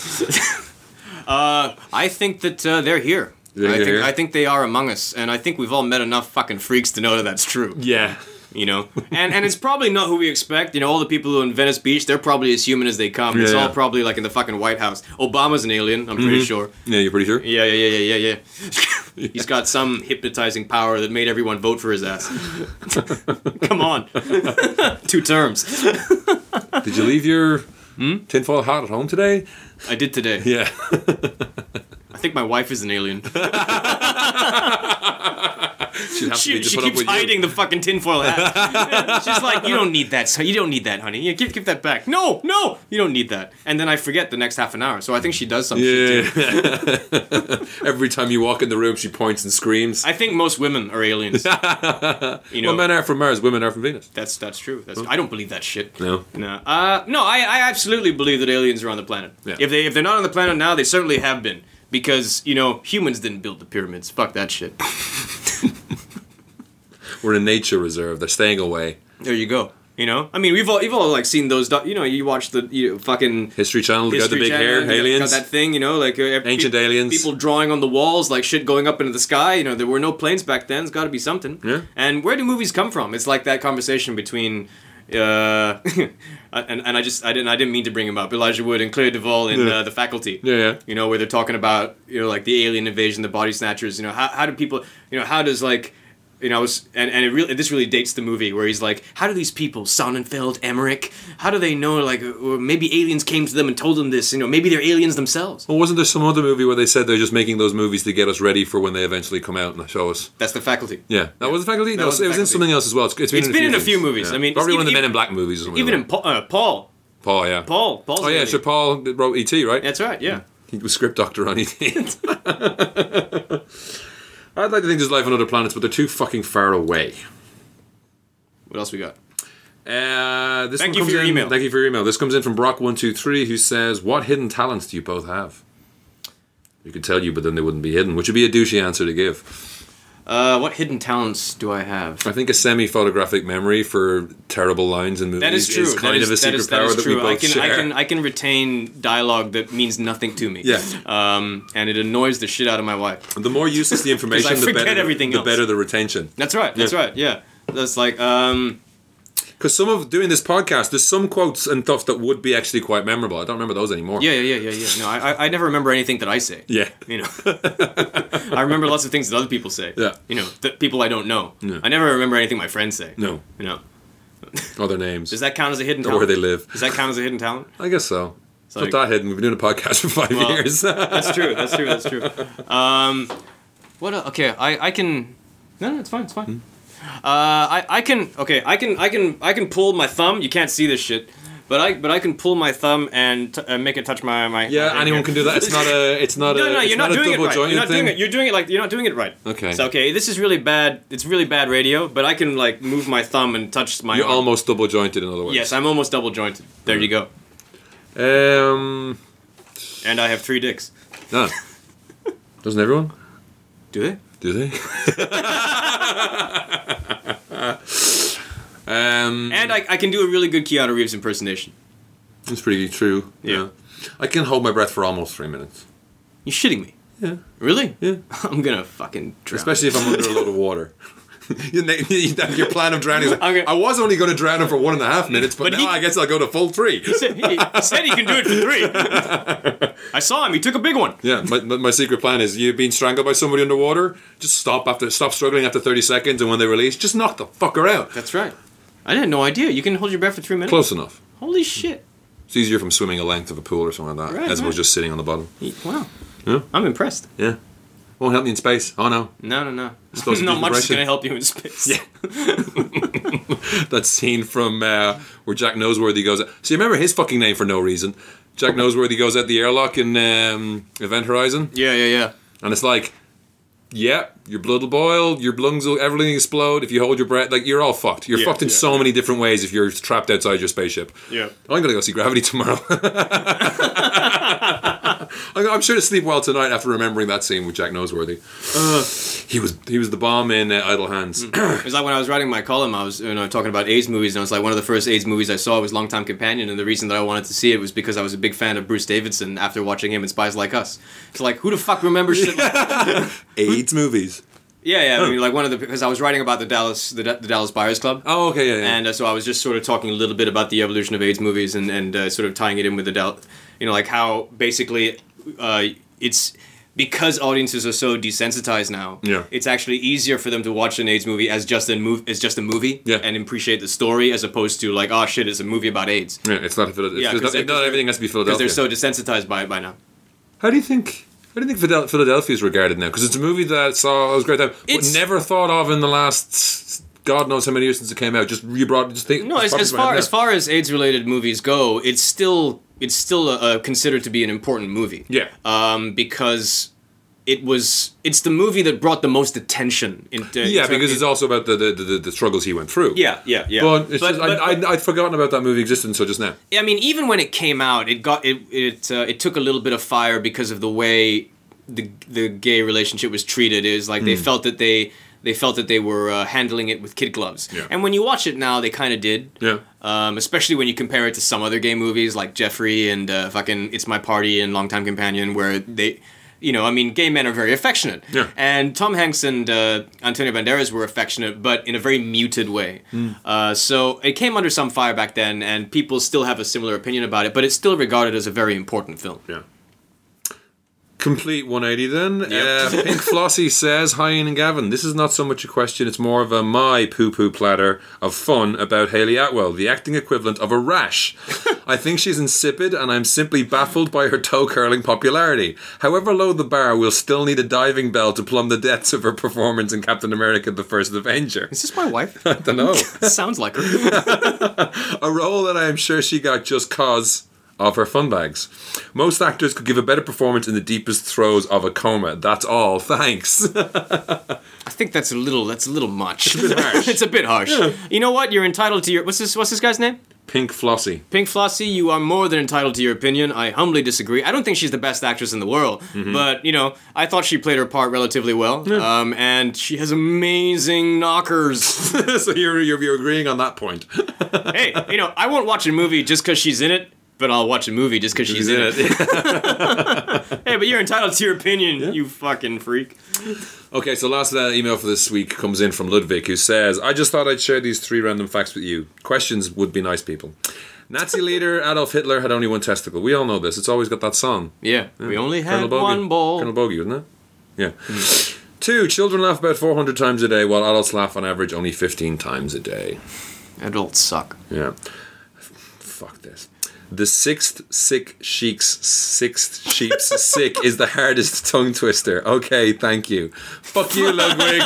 uh, I think that uh, they're here.
They're
I think
here?
I think they are among us, and I think we've all met enough fucking freaks to know that that's true.
Yeah.
You know, and and it's probably not who we expect. You know, all the people who in Venice Beach, they're probably as human as they come. It's
Yeah. Mm-hmm.
all probably like in the fucking White House. Obama's an alien, I'm pretty sure.
Yeah, you're pretty sure.
Yeah, yeah, yeah, yeah, yeah, yeah. He's got some hypnotizing power that made everyone vote for his ass. Come on, two terms.
Did you leave your
Hmm?
tinfoil hat at home today?
I did today.
Yeah.
I think my wife is an alien.
She'd have
She, she keeps hiding the fucking tinfoil hat. She's like, you don't need that. So you don't need that, honey. Yeah, give give that back. No, no, you don't need that. And then I forget the next half an hour. So I think she does something.
you. Yeah. Every time you walk in the room, she points and screams.
I think most women are aliens. You know,
Well, men are from Mars, women are from Venus.
that's that's true. That's, I don't believe that shit.
No.
No, uh, no, I, I absolutely believe that aliens are on the planet.
Yeah.
If they if they're not on the planet now, they certainly have been because you know humans didn't build the pyramids. Fuck that shit.
We're in a nature reserve. They're staying away.
There you go. You know, I mean, we've all you've all like seen those. Doc- you know, you watch the you know, fucking
History Channel, got the
History
big
Channel,
hair,
yeah,
aliens.
Got that thing, you know, like uh,
Ancient aliens.
People drawing on the walls, like shit going up into the sky. You know, there were no planes back then. It's got to be something.
Yeah.
And where do movies come from? It's like that conversation between uh, and and I just I didn't I didn't mean to bring him up. Elijah Wood and Claire Duvall in
Yeah.
uh, the Faculty.
Yeah, yeah.
You know where they're talking about you know like the alien invasion, the body snatchers. You know how how do people you know how does like you know, I was, and, and it really this really dates the movie where he's like, how do these people, Sonnenfeld, Emmerich, how do they know like or maybe aliens came to them and told them this? You know, maybe they're aliens themselves.
Well, wasn't there some other movie where they said they're just making those movies to get us ready for when they eventually come out and show us?
That's the faculty.
Yeah, that was the faculty.
That
No,
was
it was
The
in
Faculty.
something else as well. It's, it's been,
It's
in,
been
a few
in a few
things.
movies.
Yeah.
I mean,
probably
it's
one of the
even-
Men in Black movies. Or something
Even
like
in Paul, uh, Paul,
that. Paul, yeah.
Paul, Paul's
oh yeah,
lady.
sure. Mm-hmm. Paul that wrote ET, right?
That's right. Yeah.
He was script doctor on E ET. I'd like to think there's life on other planets, but they're too fucking far away.
What else we got?
Uh, this
Thank
one
you
comes
for your
in-
email.
Thank you for your email. This comes in from Brock123, who says, What hidden talents do you both have? We could tell you, but then they wouldn't be hidden, which would be a douchey answer to give.
Uh, what hidden talents do I have?
I think a semi photographic memory for terrible lines in movies
That is true.
is kind
that
of
is,
a secret
that is, that
power
is
that, we
true.
both
I can,
share.
I can I can retain dialogue that means nothing to me.
Yeah.
Um, and it annoys the shit out of my wife.
the more useless the information, the,
forget
better,
everything
the
else.
better the retention.
That's right. That's
Yeah.
right. Yeah. That's like um,
Because some of doing this podcast, there's some quotes and stuff that would be actually quite memorable. I don't remember those anymore.
yeah yeah yeah yeah yeah. No, I I- I never remember anything that I say.
Yeah.
You know, I remember lots of things that other people say.
Yeah.
You know, th- people I don't know.
Yeah.
I never remember anything my friends say.
No,
You know,
other names.
does that count as a hidden
Or
talent?
where they live.
Does that count as a hidden talent?
I guess so. It's
like-
not that hidden. We've been doing a podcast for five
Well,
years.
That's true. That's true. That's true. Um, what? el- Okay, I, I can. No, no, it's fine. It's fine.
Hmm.
Uh, I, I can. Okay, I can. I can. I can pull my thumb. You can't see this shit, but I but I can pull my thumb and t- uh, make it touch my my. my
Yeah,
hand
anyone
here.
can do that. It's not a. It's not a.
No, no,
it's
you're not,
a
doing it
double
right. You're
jointed
not
thing.
doing it. You're doing it like you're not doing it right.
Okay.
It's okay. This is really bad. It's really bad radio. But I can like move my thumb and touch my.
You're
arm.
almost Mm. double jointed in other ways.
Yes, I'm almost double jointed. There you go.
Um.
And I have three dicks.
No. Doesn't everyone?
Do they?
Do they? um.
And I, I can do a really good Keanu Reeves impersonation.
It's pretty true.
Yeah.
I can hold my breath for almost three minutes.
You're shitting me.
Yeah.
Really?
Yeah.
I'm gonna fucking drown.
Especially if I'm under a load of water. Your na- Your plan of drowning. Is like,
Okay.
I was only going to drown him for one and a half minutes, but,
But
now
he-
I guess I'll go to full three.
He said, he, he said he can do it for three. I saw him. He took a big one.
Yeah, my, my, my secret plan is you've been strangled by somebody underwater, just stop after stop struggling after 30 seconds and when they release, just knock the fucker out.
That's right. I had no idea. You can hold your breath for three minutes.
Close enough.
Holy shit!
It's easier from swimming a length of a pool or something like that,
Right,
as opposed
right.
to just sitting on the bottom.
He- Wow.
Yeah.
I'm impressed.
Yeah. Won't help me in space. Oh no.
No, no, no.
supposed to
Not
be
much is
progression.
gonna help you in space.
Yeah. That scene from uh, where Jack Noseworthy goes out. So you remember his fucking name for no reason. Jack Noseworthy goes out the airlock in um, Event Horizon.
Yeah, yeah, yeah.
And it's like, yeah, your blood will boil, your lungs will, everything explode. If you hold your breath, like, you're all fucked. You're
Yeah,
fucked in
yeah,
so many different ways if you're trapped outside your spaceship.
Yeah.
I'm going to go see Gravity tomorrow. I'm I'm sure to sleep well tonight after remembering that scene with Jack Noseworthy.
Uh.
he was he was the bomb in uh, Idle Hands.
It's like when I was writing my column, I was you know talking about AIDS movies, and I was like, one of the first AIDS movies I saw was Longtime Companion, and the reason that I wanted to see it was because I was a big fan of Bruce Davidson after watching him in Spies Like Us. It's like, who the fuck remembers shit like
AIDS movies.
Yeah, yeah. I mean, like one of the because I was writing about the Dallas the, Da- the Dallas Buyers Club,
Oh, okay, yeah, yeah.
and uh, so I was just sort of talking a little bit about the evolution of AIDS movies and and uh, sort of tying it in with the Dal, you know, like how basically uh, it's because audiences are so desensitized now.
Yeah.
it's actually easier for them to watch an AIDS movie as just a move as just a movie.
Yeah.
and appreciate the story as opposed to like, oh shit, it's a movie about AIDS
yeah, it's not, a Phila- it's,
Yeah,
there's
'cause
not,
they-
not everything has to be
because
Philadelphia.
they're so desensitized by it by now.
How do you think? How do you think Fidel- Philadelphia is regarded now? Because it's a movie that I saw. I was a great time.
It's-
but never thought of in the last God knows how many years since it came out. Just you brought just think.
No, as,
just
as
popped
far
into
as
my head
far as AIDS related movies go, it's still it's still uh, considered to be an important movie.
Yeah.
um, because it was it's the movie that brought the most attention. In,
now. yeah, because it's also about the the, the the struggles he went through.
yeah, yeah, yeah.
But, it's
But-
just,
but-
I, I, I'd forgotten about that movie existing until just now.
I mean, even when it came out, it got it it uh, it took a little bit of fire because of the way the the gay relationship was treated. Is like they
Hmm.
felt that they they felt that they were uh, handling it with kid gloves.
Yeah.
And when you watch it now, they kind of did.
Yeah.
Um, especially when you compare it to some other gay movies like Jeffrey and uh, fucking It's My Party and Longtime Companion, where they you know, I mean, gay men are very affectionate.
Yeah.
And Tom Hanks and uh, Antonio Banderas were affectionate, but in a very muted way.
Hmm.
Uh, so it came under some fire back then, and people still have a similar opinion about it, but it's still regarded as a very important film.
Yeah. Complete 180 then. Uh, Pink Flossie says, Hi Ian and Gavin, this is not so much a question, it's more of a my poo poo platter of fun about Haley Atwell, the acting equivalent of a rash. I think she's insipid and I'm simply baffled by her toe curling popularity. However low the bar, we'll still need a diving bell to plumb the depths of her performance in Captain America the First Avenger.
Is this my wife?
I don't know.
Sounds like her.
a role that I am sure she got just cause of her fun bags. Most actors could give a better performance in the deepest throes of a coma. That's all. Thanks.
I think that's a little that's a little much.
It's a bit harsh.
It's a bit harsh. You know what? You're entitled to your what's this what's this guy's name?
Pink Flossie.
Pink Flossie, you are more than entitled to your opinion. I humbly disagree. I don't think she's the best actress in the world, but you know, I thought she played her part relatively well. Um, and she has amazing knockers.
so you're, you're you're agreeing on that point.
hey, you know, I won't watch a movie just because she's in it, but I'll watch a movie just because she's in it. Hey, but you're entitled to your opinion, you fucking freak.
Okay, so last uh, email for this week comes in from Ludwig, who says, "I just thought I'd share these three random facts with you. Questions would be nice, people." Nazi leader Adolf Hitler had only one testicle. We all know this. It's always got that song.
Yeah, we only had
Bogey.
one ball.
Colonel Bogey, wasn't it? Yeah. Two, children laugh about 400 times a day, while adults laugh on average only 15 times a day.
Adults suck.
Yeah. Fuck this. The sixth sick sheik's sixth sheep's sick is the hardest tongue twister. Okay, thank you. Fuck you, Ludwig.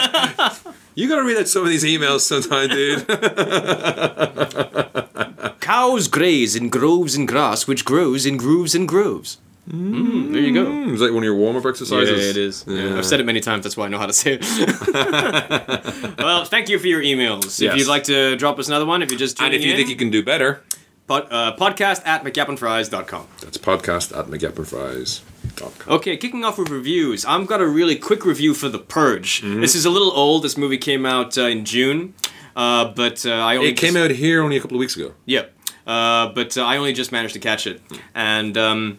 you gotta read out some of these emails sometime, dude.
Cows graze in groves and grass, which grows in grooves and groves. Mm, there you go.
It's like one of your warm up exercises.
Yeah, it is. Yeah, I've said it many times. That's why I know how to say it. well, thank you for your emails. If
Yes.
you'd like to drop us another one, if you're just
And
tuning
if you
in,
think you can do better,
pod, uh, podcast at mcgappenfries.com.
that's podcast at mcgappenfries.com.
Okay, kicking off with reviews. I've got a really quick review for The Purge.
Mm-hmm.
This is a little old. This movie came out uh, in June, uh, but uh, I only
It came out here only a couple of weeks ago.
Yeah, uh, but uh, I only just managed to catch it, and um,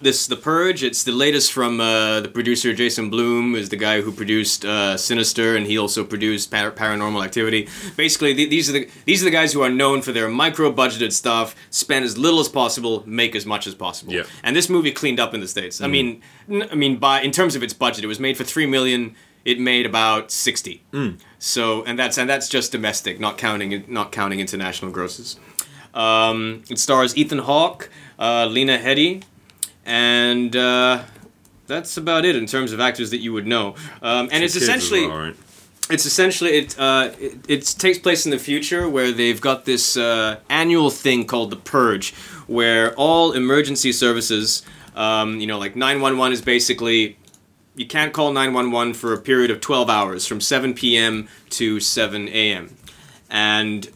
this the Purge. It's the latest from uh, the producer Jason Bloom, is the guy who produced uh, Sinister, and he also produced Par- Paranormal Activity. Basically, th- these are the these are the guys who are known for their micro budgeted stuff. Spend as little as possible, make as much as possible.
Yeah.
And this movie cleaned up in the states. I mean, n- I mean, by in terms of its budget, it was made for three million. It made about sixty. So, and that's and that's just domestic, not counting not counting international grosses. Um, it stars Ethan Hawke, uh, Lena Headey, and uh, that's about it in terms of actors that you would know. Um, and it's
Kids as
essentially
well, alright.
it's essentially it, uh, it it takes place in the future where they've got this uh, annual thing called the purge, where all emergency services, um, you know, like nine one one is basically you can't call nine one one for a period of twelve hours from seven p.m. to seven a.m. and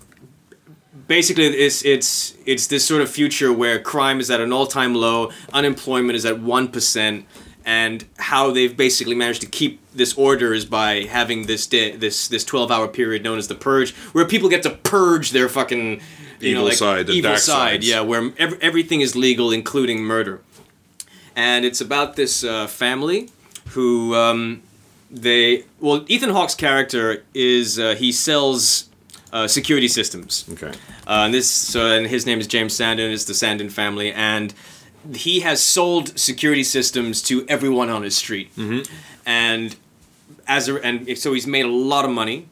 basically it's it's it's this sort of future where crime is at an all-time low, unemployment is at 1% and how they've basically managed to keep this order is by having this day, this this 12-hour period known as the purge where people get to purge their fucking you
Evil
know like
side, the
evil
dark
side,
sides.
yeah, where ev- everything is legal including murder. And it's about this uh, family who um, they well Ethan Hawke's character is uh, he sells uh, security systems.
Okay.
Uh, and this, so, and his name is James Sandon. It's the Sandon family, and he has sold security systems to everyone on his street, mm-hmm. and as a, and so he's made a lot of money,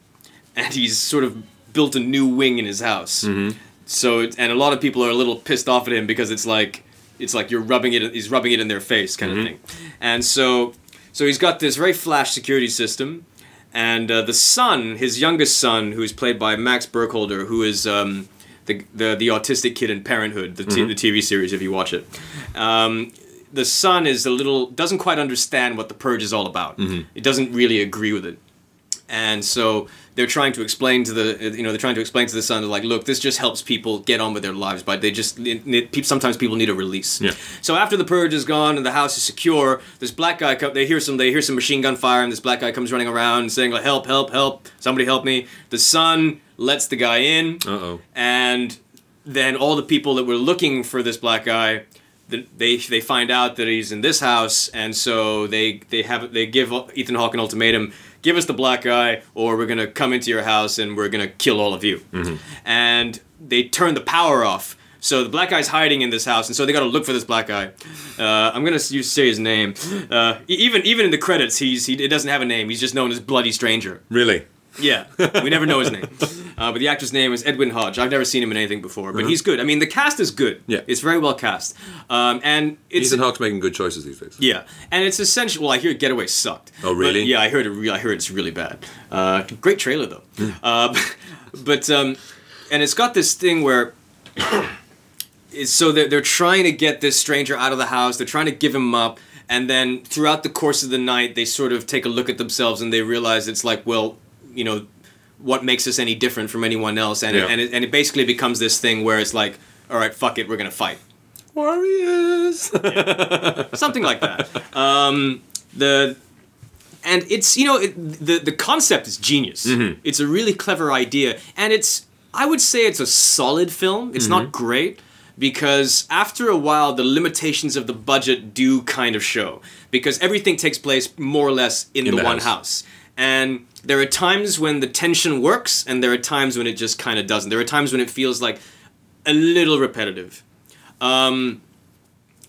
and he's sort of built a new wing in his house. Mm-hmm. So, it- and a lot of people are a little pissed off at him because it's like, it's like you're rubbing it. He's rubbing it in their face, kind of thing. And so, so he's got this very flash security system. And uh, the son, his youngest son, who is played by Max Burkholder, who is um, the, the the autistic kid in Parenthood, the, t- the TV series, if you watch it, um, the son is a little doesn't quite understand what the purge is all about. It doesn't really agree with it, and so they're trying to explain to the you know they're trying to explain to the son they're like, look, this just helps people get on with their lives, but they just it, it, pe- sometimes people need a release.
Yeah.
So after the purge is gone and the house is secure, this black guy come, they hear some they hear some machine gun fire and this black guy comes running around saying like, help, help, help, somebody help me. The son lets the guy in
Uh oh.
and then all the people that were looking for this black guy the, they they find out that he's in this house, and so they they have they give Ethan Hawke an ultimatum: give us the black eye, or we're gonna come into your house and we're gonna kill all of you. And they turn the power off. So the black guy's hiding in this house, and so they gotta look for this black guy. Uh, I'm gonna s- use say his name. Uh, e- even even in the credits, he's he it doesn't have a name. He's just known as Bloody Stranger.
Really?
Yeah, we never know his name. Uh, but the actor's name is Edwin Hodge. I've never seen him in anything before, but he's good. I mean, the cast is good.
Yeah.
it's very well cast. Um, and it's
Ethan Hawke's making good choices these days.
yeah, and it's essential. Well, I hear Getaway sucked.
Oh, really?
But, yeah, I heard it. Re- I heard it's really bad. Uh, great trailer though.
Hmm.
uh, but um, and it's got this thing where. it's- So they're, they're trying to get this stranger out of the house. They're trying to give him up, and then throughout the course of the night, they sort of take a look at themselves and they realize it's like, well, you know, what makes us any different from anyone else? And
Yeah.
it, and it, and it basically becomes this thing where it's like, all right, fuck it, we're gonna fight
Warriors.
something like that. Um, the and it's you know it, the the concept is genius. It's a really clever idea, and it's I would say it's a solid film. It's not great because after a while the limitations of the budget do kind of show because everything takes place more or less in, the,
the
one
house.
house and there are times when the tension works and there are times when it just kind of doesn't there are times when it feels like a little repetitive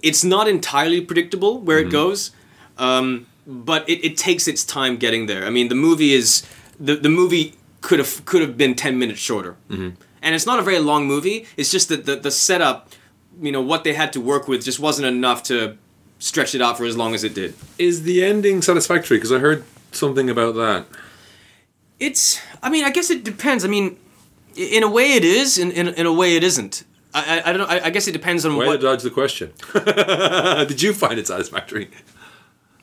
it's not entirely predictable where it goes, um, but it, it takes its time getting there. I mean, the movie is the, the movie could have could have been ten minutes shorter, and it's not a very long movie. It's just that the, the setup, you know, what they had to work with just wasn't enough to stretch it out for as long as it did.
Is the ending satisfactory? Because I heard something about that.
It's. I mean, I guess it depends. I mean, i- in a way it is, in in, in a way it isn't. I, I, I don't. know. I, I guess it depends on
Way
what.
to dodge the question. Did you find it satisfactory?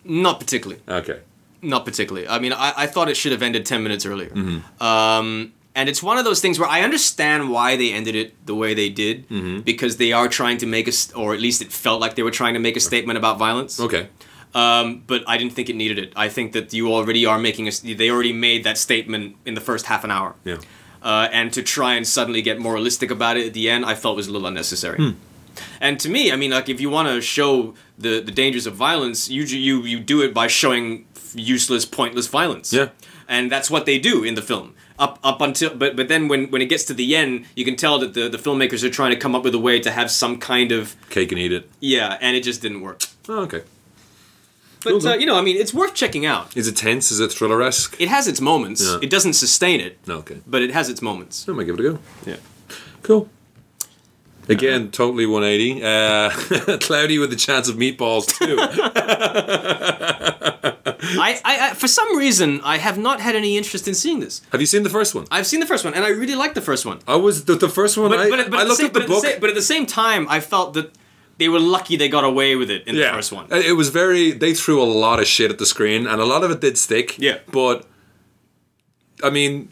not particularly.
Okay.
Not particularly. I mean, I, I thought it should have ended 10 minutes earlier. Um, and it's one of those things where I understand why they ended it the way they did, because they are trying to make a, st- or at least it felt like they were trying to make a statement about violence.
Okay.
Um, but I didn't think it needed it. I think that you already are making a, s- they already made that statement in the first half an hour.
Yeah.
Uh, and to try and suddenly get moralistic about it at the end, I felt was a little unnecessary.
Hmm.
And to me, I mean, like if you want to show the, the dangers of violence, you ju- you you do it by showing useless, pointless violence.
Yeah.
and that's what they do in the film. Up up until but but then when when it gets to the end, you can tell that the the filmmakers are trying to come up with a way to have some kind of
Cake and eat it.
yeah, and it just didn't work.
Oh, okay.
But
Okay.
uh, you know, I mean, it's worth checking out.
Is it tense? Is it thriller esque?
It has its moments.
Yeah.
It doesn't sustain it,
No, okay.
but it has its moments.
I might give it a go.
Yeah.
Cool. Again, totally 180. Uh, cloudy with a chance of meatballs, too.
I, I, I for some reason I have not had any interest in seeing this.
Have you seen the first one?
I've seen the first one and I really liked the first one.
I was the, the first one. I,
But, but, but,
I
at the
looked
same,
up the
but, at the
book.
same, but at the same time, I felt that they were lucky they got away with it in the first one.
Uh, It was very. They threw a lot of shit at the screen, and a lot of it did stick.
Yeah.
But, I mean,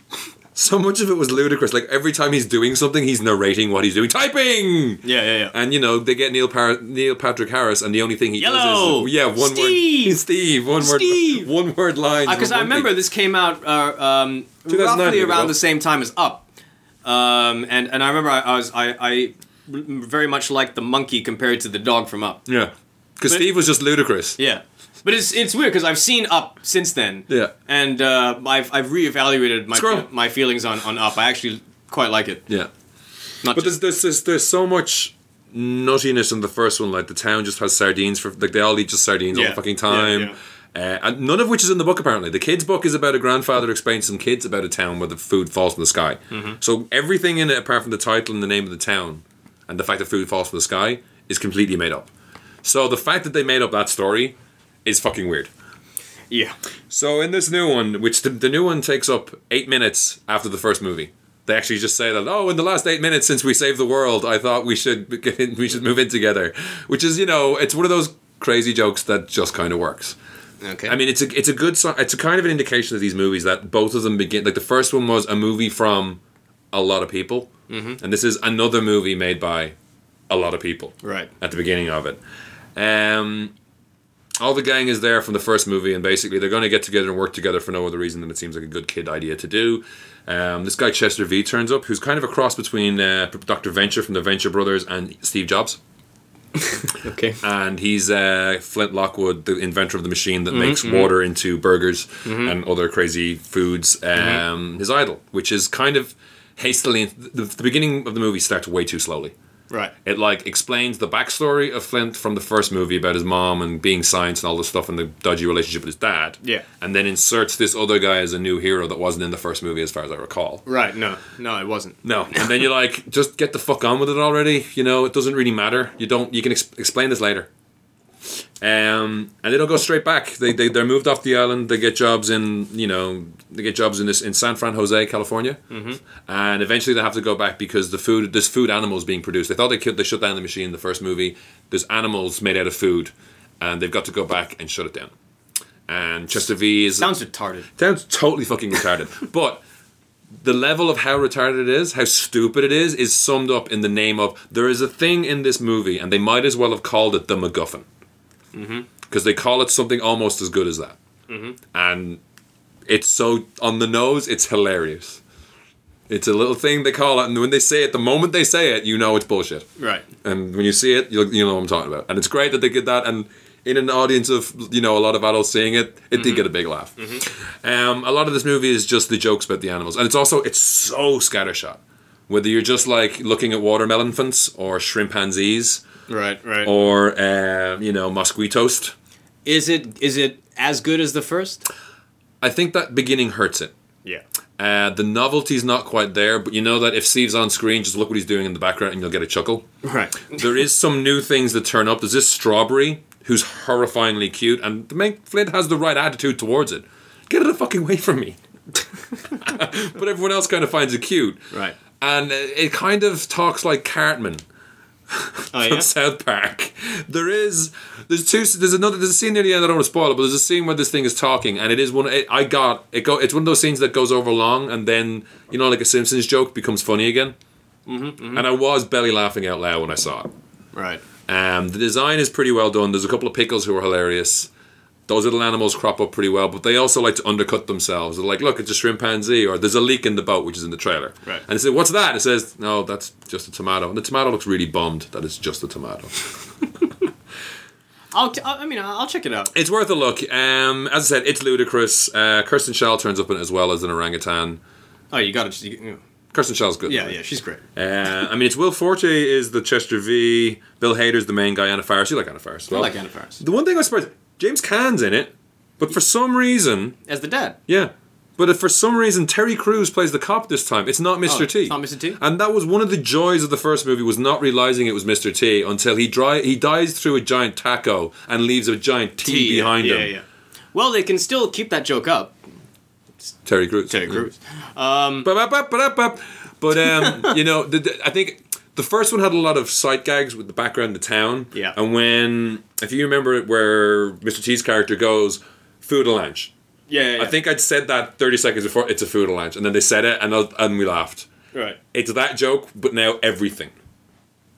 so much of it was ludicrous. Like every time he's doing something, he's narrating what he's doing, typing.
Yeah, yeah, yeah.
And you know they get Neil Par- Neil Patrick Harris, and the only thing he
Yellow!
does is yeah one word
Steve!
Steve one word
Steve!
one word lines.
Because
one
Uh, I
thing.
remember this came out uh, um,
2009
roughly
maybe,
around
right?
the same time as Up, um, and and I remember I, I was I, I very much liked the monkey compared to the dog from Up.
yeah because
But-
Steve was just ludicrous.
Yeah. But it's it's weird because I've seen Up since then.
Yeah.
And uh, I've I've reevaluated my
Squirrel.
my feelings on, on Up. I actually quite like it.
Yeah.
Not
But
just,
there's, there's there's there's so much nuttiness in the first one. Like the town just has sardines for like they all eat just sardines all
Yeah,
the fucking
yeah,
time.
yeah.
Uh, and none of which is in the book apparently. The kids' book is about a grandfather explaining to some kids about a town where the food falls from the sky.
Mm-hmm.
So everything in it, apart from the title and the name of the town, and the fact that food falls from the sky, is completely made up. So the fact that they made up that story is fucking weird.
yeah.
So in this new one, which the, the new one takes up eight minutes after the first movie, they actually just say that oh, in the last eight minutes since we saved the world, I thought we should begin- we should move in together, which is you know it's one of those crazy jokes that just kind of works.
Okay.
I mean, it's a it's a good si- it's a kind of an indication of these movies that both of them begin like the first one was a movie from a lot of people, mm-hmm. and this is another movie made by a lot of people
Right.
at the beginning of it. Um, all the gang is there from the first movie, and basically they're going to get together and work together for no other reason than it seems like a good kid idea to do. Um, this guy Chester V turns up, who's kind of a cross between uh, Dr. Venture from the Venture Brothers and Steve Jobs.
Okay.
and he's uh, Flint Lockwood, the inventor of the machine that makes water into burgers and other crazy foods. Um, His idol, which is kind of hastily, the, the beginning of the movie starts way too slowly.
Right.
It like explains the backstory of Flint from the first movie about his mom and being science and all this stuff and the dodgy relationship with his dad.
Yeah.
And then inserts this other guy as a new hero that wasn't in the first movie, as far as I recall.
Right. No. No, it wasn't.
No. And then you're like, just get the fuck on with it already. You know, it doesn't really matter. You don't. You can ex- explain this later. Um, and they don't go straight back. They they they're moved off the island. They get jobs in you know they get jobs in this in San Fran Jose, California, mm-hmm. and eventually they have to go back because the food there's food animals being produced. They thought they killed they shut down the machine in the first movie. There's animals made out of food, and they've got to go back and shut it down. And Chester V is
Sounds retarded.
Sounds totally fucking retarded. but the level of how retarded it is, how stupid it is, is summed up in the name of there is a thing in this movie, and they might as well have called it the MacGuffin. Because they call it something almost as good as that. And it's so on the nose, it's hilarious. It's a little thing they call it, and when they say it, the moment they say it, you know it's bullshit.
Right.
And when you see it, you'll, you know what I'm talking about. And it's great that they did that. And in an audience of you know a lot of adults seeing it, it did get a big laugh. Um, a lot of this movie is just the jokes about the animals, and it's also it's so scattershot. Whether you're just like looking at watermelon elephants or shrimpanzees
Right. Right.
or uh, you know mosquitoes,
Is it is it as good as the first?
I think that beginning hurts it.
Yeah.
Uh, the novelty's not quite there, but you know that if Steve's on screen, just look what he's doing in the background, and you'll get a chuckle.
Right.
there is some new things that turn up. There's this strawberry who's horrifyingly cute, and the main Flint has the right attitude towards it. Get it the fucking way from me. but everyone else kind of finds it cute,
Right.
and it it kind of talks like Cartman
Oh
from
yeah.
South Park. There is there's two there's another there's a scene near the end I don't want to spoil it, but there's a scene where this thing is talking and it is one it, I got it go it's one of those scenes that goes over long and then you know like a Simpsons joke becomes funny again. And I was belly laughing out loud when I saw it.
Right.
Um, the design is pretty well done. There's a couple of pickles who are hilarious. Those little animals crop up pretty well, but they also like to undercut themselves. They're like, look, it's a shrimpanzee, or there's a leak in the boat, which is in the trailer.
Right.
And they say, what's that? It says, no, that's just a tomato. And the tomato looks really bummed that it's just a tomato.
I'll t- I I mean I'll check it out.
It's worth a look. Um, as I said, it's ludicrous. Uh, Kirsten Shell turns up in it as well as an orangutan.
Oh, you got to. You,
Kirsten Shell's good.
yeah. Yeah. She's great.
Uh, I mean, it's Will Forte is the Chester V. Bill Hader's the main guy. Anna Faris. You like Anna Faris? as
I
well.
like Anna Faris
The one thing I was surprised, James Caan's in it, but for some reason,
as the dad.
yeah. But if for some reason Terry Crews plays the cop this time, it's not Mr.
Oh,
T.
it's not Mr. T?
And that was one of the joys of the first movie was not realizing it was Mr. T until he dry he dives through a giant taco and leaves a giant T, behind
yeah,
him.
Yeah, yeah. Well, they can still keep that joke up.
Terry Crews.
Terry Crews.
Ba-ba-ba-ba-ba. But um, you know, the, the, I think the first one had a lot of sight gags with the background, of the town.
Yeah.
And when, if you remember, it, where Mr. T's character goes, food and lunch.
Yeah, yeah, yeah.
I think I'd said that 30 seconds before. It's a food and lunch, and then they said it, and I was- and we laughed.
Right.
It's that joke, but now everything.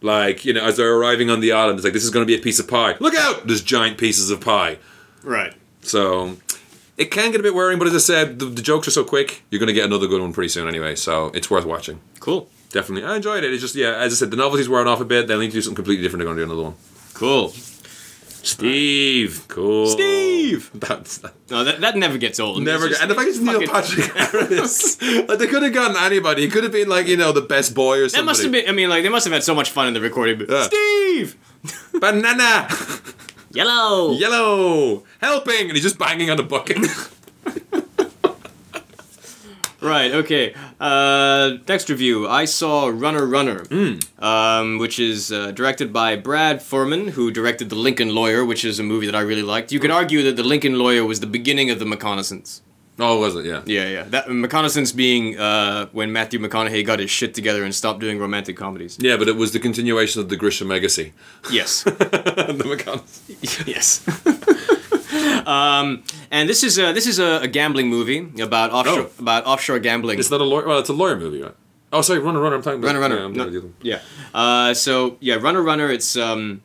Like you know, as they're arriving on the island, it's like this is going to be a piece of pie. Look out! There's giant pieces of pie.
Right.
So it can get a bit wearing, but as I said, the, the jokes are so quick. You're going to get another good one pretty soon anyway. So it's worth watching.
Cool.
Definitely, I enjoyed it. It's just yeah, as I said, the novelty's wearing off a bit. They need to do something completely different. They're going to do another one.
Cool.
Steve, cool.
Steve!
That's that
No, that, that never gets old.
Never
It's
get, and the fact it's Neil
fucking-
Patrick Harris, like they could have gotten anybody. It could have been like you know the best boy or something.
That must have been. I mean, like they must have had so much fun in the recording. But
Yeah.
Steve,
banana,
yellow.
yellow, helping, and he's just banging on a bucket.
Right. Okay. Uh, next review. I saw Runner Runner, um, which is uh, directed by Brad Furman, who directed The Lincoln Lawyer, which is a movie that I really liked. You could argue that The Lincoln Lawyer was the beginning of the reconnaissance.
oh, was it? Yeah.
Yeah, yeah. That reconnaissance being uh, when Matthew McConaughey got his shit together and stopped doing romantic comedies.
Yeah, but it was the continuation of the Grisham legacy.
Yes.
the McConnell.
yes. um, and this is a, this is a, a gambling movie about offshore
Oh.
about offshore gambling.
It's not a lawyer. Well, it's a lawyer movie, right? Oh, sorry, Runner Runner. I'm talking about
Runner Runner.
Yeah, I'm
No,
talking about the
yeah. Uh, so yeah, Runner Runner. It's um,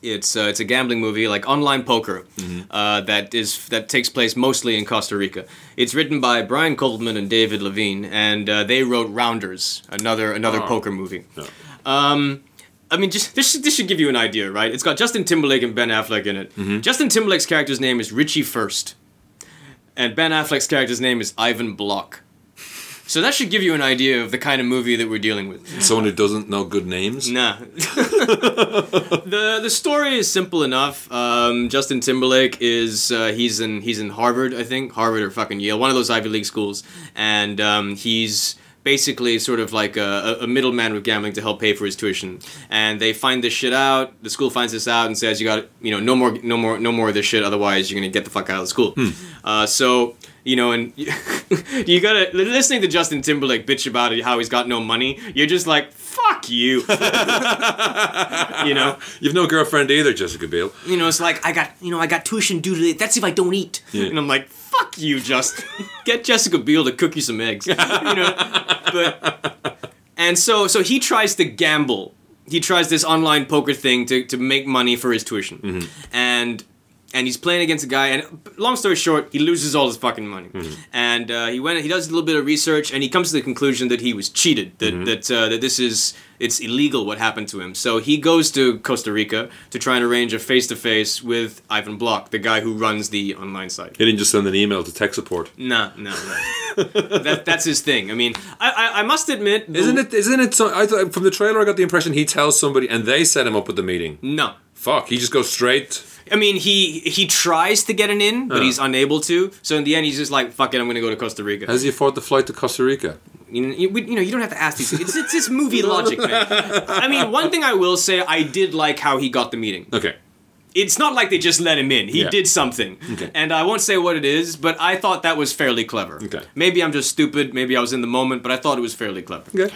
it's uh, it's a gambling movie like online poker
Mm-hmm.
uh, that is that takes place mostly in Costa Rica. It's written by Brian Coldman and David Levine, and uh, they wrote Rounders, another another
Oh.
poker movie.
other.
I mean, just this should, this should give you an idea, right? It's got Justin Timberlake and Ben Affleck in it. Justin Timberlake's character's name is Richie First, and Ben Affleck's character's name is Ivan Block. So that should give you an idea of the kind of movie that we're dealing with.
Someone who doesn't know good names.
Nah. the the story is simple enough. Um, Justin Timberlake is uh, he's in he's in Harvard, I think Harvard or fucking Yale, one of those Ivy League schools, and um, he's basically sort of like a, a- a middleman with gambling to help pay for his tuition. And they find this shit out. The school finds this out and says, "You got you know no more no more no more of this shit. Otherwise, you're gonna get the fuck out of the school." Uh, so. You know, and you gotta listening to Justin Timberlake bitch about it, how he's got no money. You're just like, fuck you. you know
You've no girlfriend either, Jessica Biel.
you know it's like i got you know i got tuition due today that's if i don't eat
Yeah.
and i'm like fuck you justin get jessica biel to cook you some eggs you know but and so so he tries to gamble he tries this online poker thing to, to make money for his tuition and and he's playing against a guy and long story short he loses all his fucking money
Hmm.
and uh, he went he does a little bit of research and he comes to the conclusion that he was cheated that
Hmm.
that, uh, that this is it's illegal what happened to him so he goes to costa rica to try and arrange a face-to-face with ivan block the guy who runs the online site
He didn't just send an email to tech support.
no no no that, that's his thing i mean i i, I must admit
Isn't it? Isn't it? So, I thought from the trailer, I got the impression he tells somebody, and they set him up at the meeting.
no
Fuck, he just goes straight.
I mean, he he tries to get an in, but
Yeah.
he's unable to. So in the end, he's just like, "Fuck it, I'm gonna go to Costa Rica."
Has he afford the flight to Costa Rica?
You know, you, we- you know, you don't have to ask these. It's it's, it's movie logic, man. I mean, one thing I will say, I did like how he got the meeting.
Okay.
It's not like they just let him in. He
Yeah.
did something,
Okay.
and I won't say what it is, but I thought that was fairly clever.
Okay.
Maybe I'm just stupid. Maybe I was in the moment, but I thought it was fairly clever.
Okay.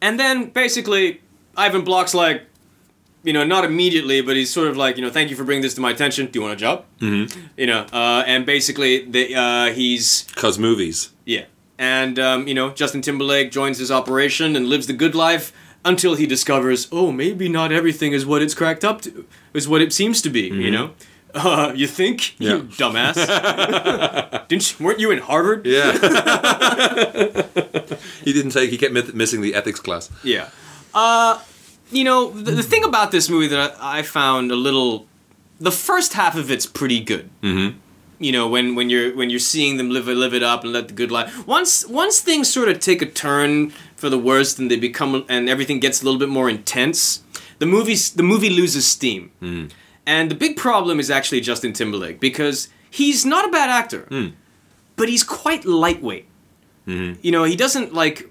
And then basically, Ivan Block's like, you know, not immediately, but he's sort of like, you know, thank you for bringing this to my attention. Do you want a job? Mm-hmm. You know, uh, and basically, the, uh, he's
Cause movies.
yeah, and um, you know, Justin Timberlake joins his operation and lives the good life until he discovers, oh, maybe not everything is what it's cracked up to, is what it seems to be. You know, uh, you think
Yeah.
you dumbass? Didn't you, weren't you in Harvard?
Yeah. he didn't take. He kept mi- missing the ethics class.
Yeah. Uh, you know, the, the thing about this movie that I, I found a little, the first half of it's pretty good. Mm-hmm. You know, when, when you're when you're seeing them live it- live it up and let the good life. Once once things sort of take a turn for the worst and they become and everything gets a little bit more intense, the movie's the movie loses steam. And the big problem is actually Justin Timberlake because he's not a bad actor, but he's quite lightweight. You know, he doesn't like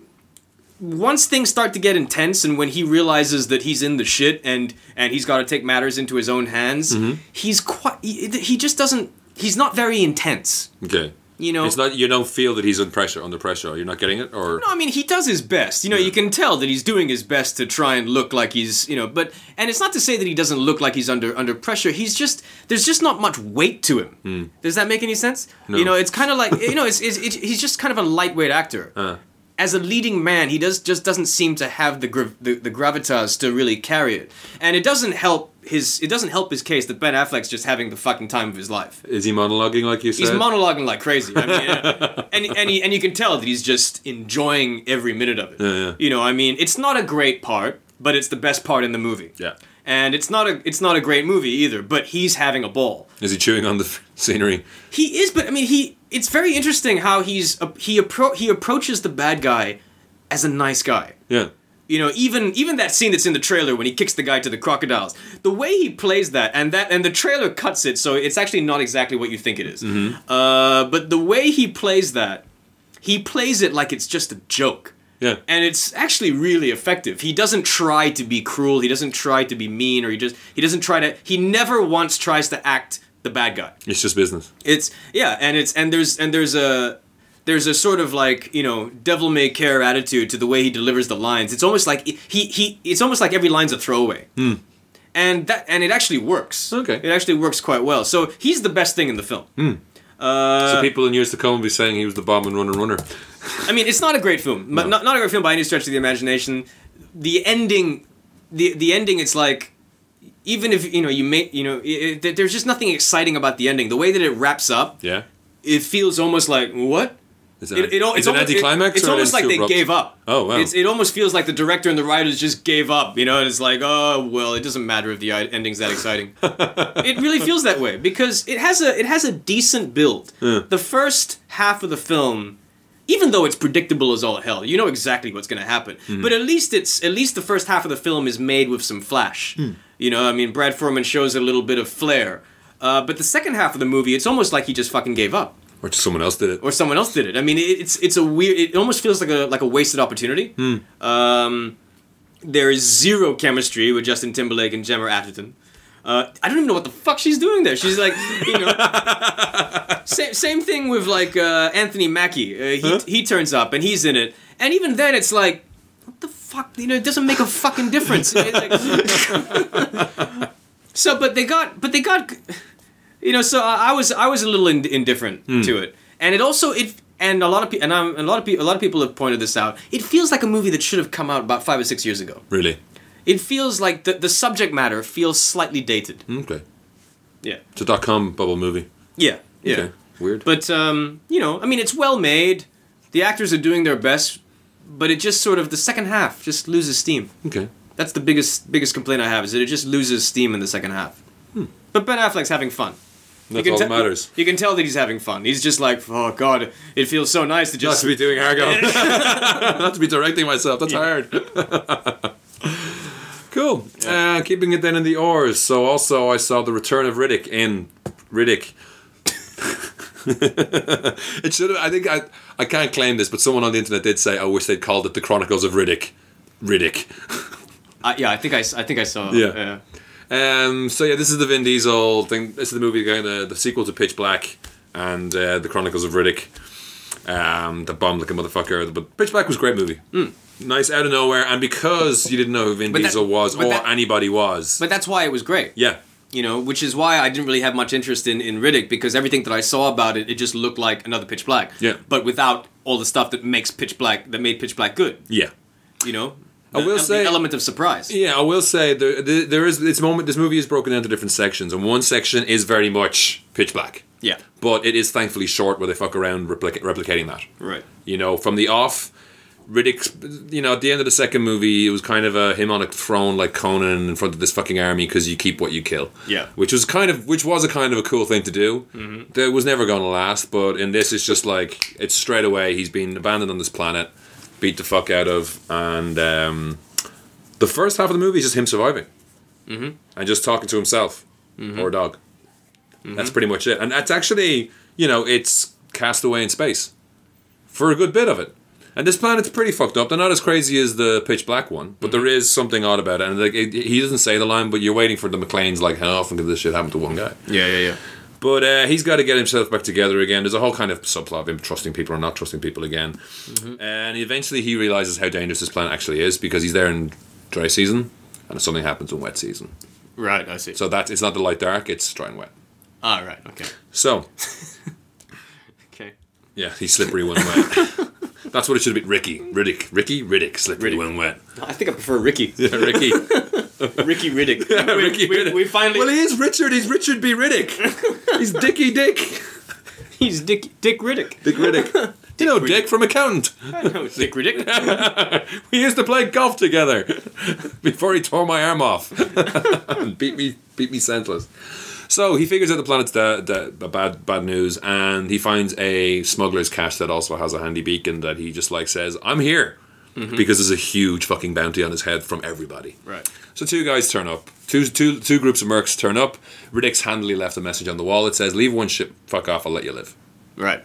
once things start to get intense and when he realizes that he's in the shit and and he's got to take matters into his own hands he's quite he, he just doesn't he's not very intense
Okay.
you know
It's not. You don't feel that he's under pressure. Under pressure. You're not getting it, or
no, I mean he does his best. You know, you can tell that he's doing his best to try and look like he's, you know, but and it's not to say that he doesn't look like he's under under pressure. He's just there's just not much weight to him. Does that make any sense?
No.
You know, it's kind of like you know, it's, it's, it, he's just kind of a lightweight actor. As a leading man, he does just doesn't seem to have the, grav- the the gravitas to really carry it, and it doesn't help his it doesn't help his case that Ben Affleck's just having the fucking time of his life.
is he monologuing like you said?
He's monologuing like crazy. I mean, uh, and and, he, and you can tell that he's just enjoying every minute of it.
yeah.
You know, I mean, it's not a great part, but it's the best part in the movie.
yeah.
And it's not a it's not a great movie either, but he's having a ball.
Is he chewing on the f- scenery?
He is, but I mean, he it's very interesting how he's he appro- he approaches the bad guy as a nice guy.
Yeah.
You know, even even that scene that's in the trailer when he kicks the guy to the crocodiles, the way he plays that, and that, and the trailer cuts it, so it's actually not exactly what you think it is. Uh, but the way he plays that, he plays it like it's just a joke,
Yeah.
and it's actually really effective. He doesn't try to be cruel, he doesn't try to be mean, or he just he doesn't try to. He never once tries to act the bad guy
It's just business.
it's yeah and it's and there's and there's a there's a sort of like you know devil may care attitude to the way he delivers the lines it's almost like he he it's almost like every line's a throwaway and that and it actually works
Okay.
it actually works quite well so he's the best thing in the film Uh,
so people in years to come will be saying he was the bomb and runner runner.
I mean, it's not a great film. but Not, not a great film by any stretch of the imagination. The ending, the the ending, it's like even if you know you may you know i i there's just nothing exciting about the ending. The way that it wraps up,
Yeah.
it feels almost like what
Is
It, it, al- it's
is it
almost,
anticlimax?
it- it's
or
almost
is
like
too
they
abrupt?
gave up.
Oh wow!
It's, it almost feels like the director and the writers just gave up. You know, and it's like, oh well, it doesn't matter if the i- ending's that exciting. it really feels that way because it has a it has a decent build. The first half of the film, even though it's predictable as all hell, you know exactly what's going to happen.
Mm-hmm.
But at least it's at least the first half of the film is made with some flash.
Hmm.
You know, I mean, Brad Foreman shows a little bit of flair. Uh, but the second half of the movie, it's almost like he just fucking gave up
or just someone else did it.
or someone else did it. I mean, it, it's it's a weird. It almost feels like a like a wasted opportunity. Um, there is zero chemistry with Justin Timberlake and Gemma Atherton. Uh, I don't even know what the fuck she's doing there. She's like, you know, same same thing with like uh, Anthony Mackie. Uh, he he turns up and he's in it, and even then it's like, what the fuck? You know, it doesn't make a fucking difference. It's like- so, but they got, but they got you know so i I was i was a little in, indifferent to it and it also it and a lot of people and I'm, a lot of people a lot of people have pointed this out it feels like a movie that should have come out about five or six years ago
Really?
it feels like the, the subject matter feels slightly dated
Okay.
yeah
It's a dot com bubble movie.
yeah yeah
Okay. Weird.
but um, you know i mean it's well made the actors are doing their best but it just sort of the second half just loses steam
okay.
that's the biggest biggest complaint i have is that it just loses steam in the second half but ben affleck's having fun
Hmm. That's all
te-
that matters.
You can tell that he's having fun. He's just like, oh god, it feels so nice to
Not
just.
to be doing Argo. Not to be directing myself. That's hard. cool. Uh, keeping it then in the oars. So also I saw the return of Riddick in Riddick. it should have. I think I. I can't claim this, but someone on the internet did say, "I wish they'd called it the Chronicles of Riddick." Riddick.
I, yeah, I think I, s- I think I saw. uh,
Yeah.
yeah.
Um, so yeah, this is the Vin Diesel thing. This is the movie going to the sequel to Pitch Black and uh, the Chronicles of Riddick. Um, the bomb looking motherfucker. But Pitch Black was a great movie. Nice out of nowhere, and because you didn't know who Vin
Hmm. But that-
Diesel was
but
or
that-
anybody was.
But that's why it was great.
yeah,
You know, which is why I didn't really have much interest in, in Riddick because everything that I saw about it, it just looked like another Pitch Black.
Yeah.
But without all the stuff that makes Pitch Black that made Pitch Black good.
yeah,
You know.
I will
the,
say-
the element of surprise.
yeah. I will say there, there, there is this moment. This movie is broken into different sections, and one section is very much Pitch Black.
Yeah.
But it is thankfully short, where they fuck around replic- replicating that.
Right.
You know, from the off, Riddick. You know, at the end of the second movie, it was kind of a him on a throne like Conan in front of this fucking army because you keep what you kill.
Yeah.
which was kind of which was a kind of a cool thing to do. Mm-hmm. That was never going to last, but in this, it's just like it's straight away. He's been abandoned on this planet, beat the fuck out of, and um, the first half of the movie is just him surviving and just talking to himself or a dog. That's pretty much it. And that's actually, you know, it's cast away in space for a good bit of it. And this planet's pretty fucked up. They're not as crazy as the Pitch Black one, but there is something odd about it. And like, it, he doesn't say the line, but you're waiting for the McLean's like, how often could this shit happen to one guy?
Yeah. Yeah. Yeah.
But uh, he's got to get himself back together again. There's a whole kind of subplot of him trusting people or not trusting people again. And eventually he realizes how dangerous this planet actually is because he's there in dry season and something happens in wet season.
Right. I see.
So that's it's not the light dark, it's dry and wet.
All right. Okay.
So
Okay.
yeah, he's slippery when wet. that's what it should have been. Ricky, Riddick, Ricky, Riddick, slippery
Riddick.
when wet.
I think I prefer Ricky.
Yeah, Ricky,
Ricky Riddick. We-
Ricky.
we,
Riddick.
we finally.
Well, he is Richard. He's Richard B. Riddick. he's Dicky Dick.
he's Dick Dick Riddick.
Dick Riddick. You know, Dick from Accountant.
I know Dick Riddick.
We used to play golf together before he tore my arm off and beat me, beat me senseless. So he figures out the planet's the, the, the bad bad news, and he finds a smuggler's cache that also has a handy beacon that he just like says, "I'm here," because there's a huge fucking bounty on his head from everybody.
Right.
So two guys turn up. Two, two, two groups of mercs turn up. Riddick's handily left a message on the wall that says, "Leave one ship, fuck off, I'll let you live,"
Right.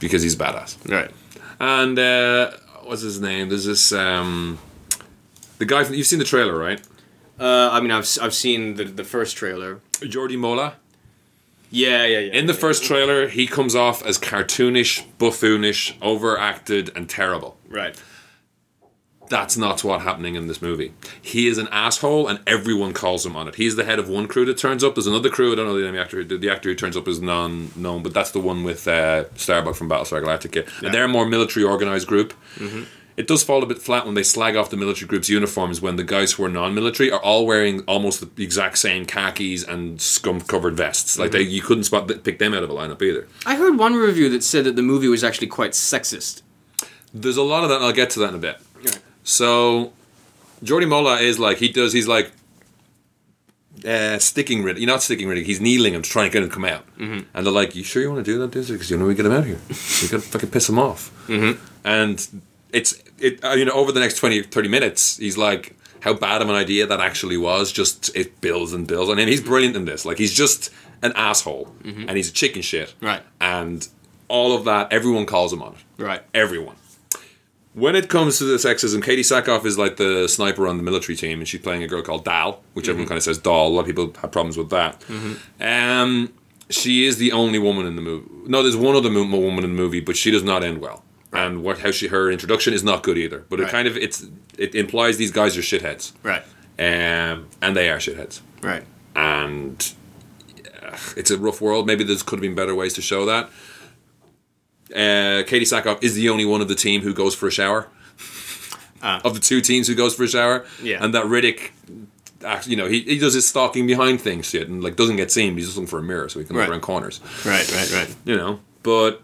because he's badass.
Right.
And uh, what's his name? There's this um, the guy from you've seen the trailer, right?
Uh, I mean, I've, s- I've seen the, the first trailer.
Jordi Mola.
Yeah, yeah, yeah.
In the first trailer, he comes off as cartoonish, buffoonish, overacted, and terrible.
Right.
That's not what's happening in this movie. He is an asshole, and everyone calls him on it. He's the head of one crew that turns up. There's another crew. I don't know the name of the actor. The actor who turns up is non known, but that's the one with uh, Starbuck from Battlestar Galactica, and they're a more military organized group. it does fall a bit flat when they slag off the military group's uniforms when the guys who are non-military are all wearing almost the exact same khakis and scum-covered vests. Like they, you couldn't spot pick them out of a lineup either.
I heard one review that said that the movie was actually quite sexist.
There's a lot of that. and I'll get to that in a bit. So, Jordi Mola is like he does. He's like uh, sticking Riddick. You're not sticking Riddick. He's kneeling him to try and get him to come out. And they're like, "You sure you want to do that, dude? Because you know we get him out of here. We got to fucking piss him off." And it's it. uh, You know, over the next 20, 30 minutes, he's like, "How bad of an idea that actually was." Just it builds and builds. And then he's brilliant in this. Like he's just an asshole, and he's a chicken shit.
Right.
And all of that, everyone calls him on it.
Right.
Everyone. When it comes to the sexism, Katie Sackhoff is like the sniper on the military team, and she's playing a girl called Dal, which everyone kind of says Dal. A lot of people have problems with that. Um, she is the only woman in the movie. No, there's one other mo- woman in the movie, but she does not end well. And what how she her introduction is not good either. But it
Right.
kind of it's it implies these guys are shitheads,
Right.
um, and they are shitheads
Right.
and uh, it's a rough world. Maybe there could have been better ways to show that. Uh, Katie Sackhoff is the only one of the team who goes for a shower. Of the two teams who goes for a shower,
Ah. Yeah.
and that Riddick, act- you know, he, he does his stalking behind things shit and like doesn't get seen. He's just looking for a mirror so he can look
Right.
around corners,
Right. Right. Right.
you know. But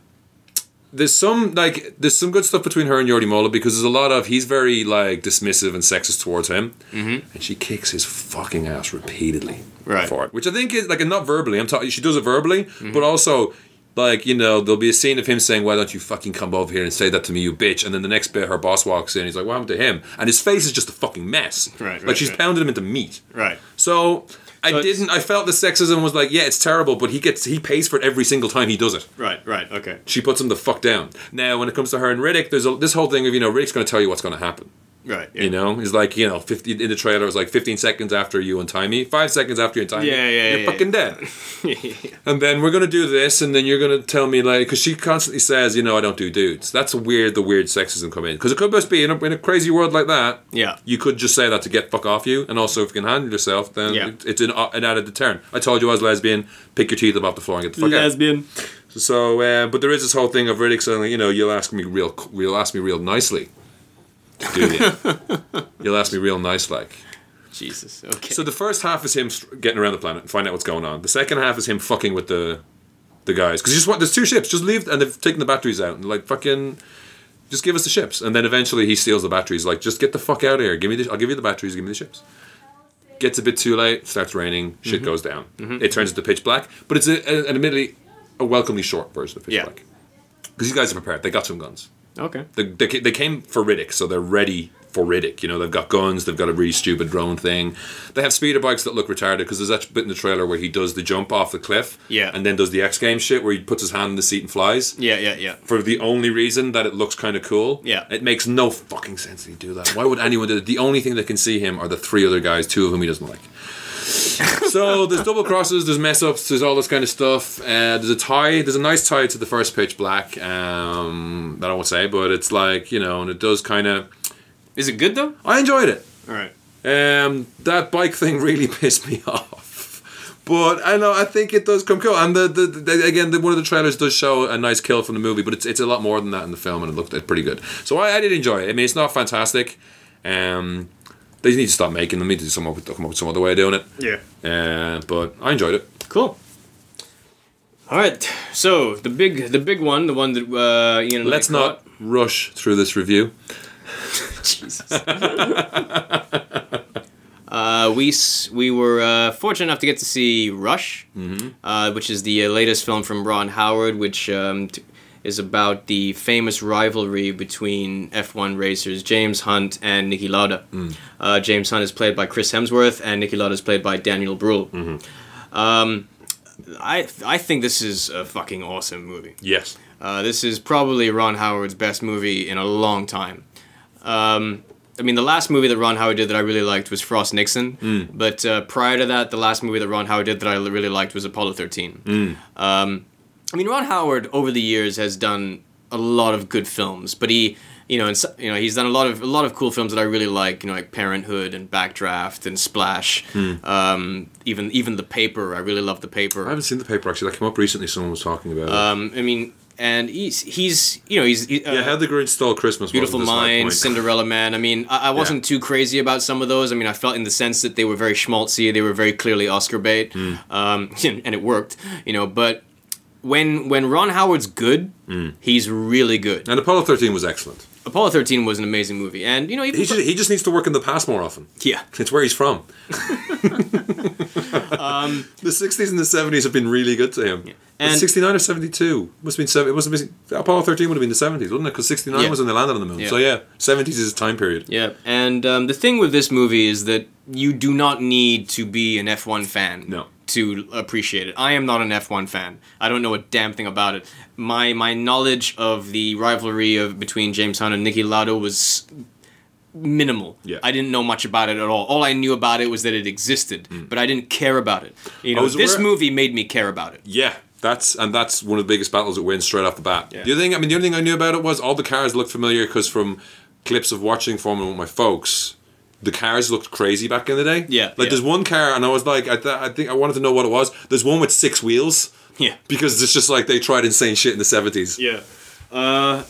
there's some like there's some good stuff between her and Jordi Mola because there's a lot of he's very like dismissive and sexist towards him, mm-hmm. and she kicks his fucking ass repeatedly
Right. Mm-hmm.
for it, which I think is like not verbally. I'm talking. She does it verbally, but also like you know there'll be a scene of him saying, "Why don't you fucking come over here and say that to me, you bitch?" And then the next bit, her boss walks in. He's like, "What happened to him?" And his face is just a fucking mess.
Right,
Like
right,
she's
right.
pounded him into meat.
Right.
So. I
it's-
didn't. I felt the sexism was like, yeah, it's terrible, but he gets he pays for it every single time he does it
Right. Right. Okay.
she puts him the fuck down. Now, when it comes to her and Riddick, there's a, this whole thing of you know Riddick's going to tell you what's going to happen.
Right.
You know, he's like you know, 50 in the trailer it was like 15 seconds after you untie me, five seconds after you untie me,
Yeah, yeah,
you're
yeah,
fucking dead. And then we're going to do this, and then you're going to tell me like because she constantly says you know I don't do dudes. That's weird. The weird sexism come in because it could just be in a, in a crazy world like that.
Yeah.
you could just say that to get fuck off you, and also if you can handle yourself, then
Yeah.
it- it's an, an added deterrent. I told you I was lesbian. Pick your teeth up off the floor and get the fuck out. So, uh, but there is this whole thing of Riddick saying, like, you know, you'll ask me real, you'll ask me real nicely, do you? you'll ask me real nice like.
Jesus. Okay.
So the first half is him str- getting around the planet and finding out what's going on. The second half is him fucking with the the guys because just want there's two ships, just leave and they've taken the batteries out and like fucking. Just give us the ships, and then eventually he steals the batteries. Like, just get the fuck out of here. Give me the. I'll give you the batteries. Give me the ships. Gets a bit too late. Starts raining. Shit
Mm-hmm.
goes down. It turns into pitch black. But it's a, a, an admittedly a welcomely short version of pitch
Yeah.
black. Because these guys are prepared. They got some guns.
okay.
They, they, ca- they came for Riddick, so they're ready for Riddick. You know, they've got guns, they've got a really stupid drone thing. They have speeder bikes that look retarded because there's that bit in the trailer where he does the jump off the cliff
Yeah.
and then does the X Games shit where he puts his hand in the seat and flies.
Yeah. Yeah. Yeah.
For the only reason that it looks kind of cool.
Yeah.
It makes no fucking sense that he do that. Why would anyone do that? The only thing that can see him are the three other guys, two of whom he doesn't like. so there's double crosses, there's mess ups, there's all this kind of stuff. Uh, there's a tie, there's a nice tie to the first pitch black. Um, that I won't say, but it's like you know, and it does kind of.
Is it good though?
I enjoyed it.
All right.
Um, that bike thing really pissed me off. But I know I think it does come cool, and the, the, the again the, one of the trailers does show a nice kill from the movie, but it's, it's a lot more than that in the film, and it looked it's pretty good. So I, I did enjoy it. I mean, it's not fantastic. Um, they need to stop making them. They need to come up with come up with some other way of doing it.
Yeah.
Uh, but I enjoyed it.
Cool. All right. So the big, the big one, the one that uh, Ian. and I
Let's
caught-
not rush through this review.
Jesus. uh, we s- we were uh, fortunate enough to get to see Rush, uh, which is the uh, latest film from Ron Howard, which um, t- is about the famous rivalry between F1 racers James Hunt and Nicky Lauda. Uh, James Hunt is played by Chris Hemsworth, and Nicky Lauda is played by Daniel Bruhl. Um, I I think this is a fucking awesome movie.
Yes.
Uh, this is probably Ron Howard's best movie in a long time. Um, I mean, the last movie that Ron Howard did that I really liked was Frost Nixon.
Mm.
But uh, prior to that, the last movie that Ron Howard did that I li- really liked was Apollo 13.
Mm.
Um, I mean, Ron Howard over the years has done a lot of good films, but he, you know, and, so- you know, he's done a lot of a lot of cool films that I really like. You know, like Parenthood and Backdraft and Splash.
Mm.
Um, even even The Paper, I really love The Paper.
I haven't seen the paper actually. That came up recently. Someone was talking about it.
Um, I mean, and he's he's you know he's he, uh,
yeah, how the Grinch stole Christmas.
Beautiful
wasn't this high
Mind,
point.
Cinderella Man. I mean, I, I wasn't too crazy about some of those. I mean, I felt in the sense that they were very schmaltzy, they were very clearly Oscar bait, um, and it worked, you know. But when when Ron Howard's good, he's really good.
And Apollo 13 was excellent.
Apollo thirteen was an amazing movie, and you know, even
He just, he just needs to work in the past more often.
yeah,
It's where he's from. the 60s and the 70s have been really good to him.
Um, And-
69 or 72 must have been seven. It must have been Apollo 13 would have been the 70s, wouldn't it? Because 69
Yeah.
was when they landed on the moon.
Yeah.
So yeah, 70s is his time period.
yeah. And um, the thing with this movie is that you do not need to be an F one fan.
No.
To appreciate it, I am not an F1 fan. I don't know a damn thing about it. My my knowledge of the rivalry of between James Hunt and Nicky Lauda was minimal.
Yeah.
I didn't know much about it at all. All I knew about it was that it existed, but I didn't care about it. You know,
Mm. was
this
aware-
movie made me care about it.
Yeah. That's and that's one of the biggest battles it wins straight off the bat.
Yeah.
The other thing, I mean, the only thing I knew about it was all the cars looked familiar because from clips of watching Formula One with my folks, the cars looked crazy back in the day.
Yeah,
like
yeah.
there's one car, and I was like, I, th- I think I wanted to know what it was. There's one with six wheels.
Yeah.
because it's just like they tried insane shit in the 70s.
Yeah. Uh,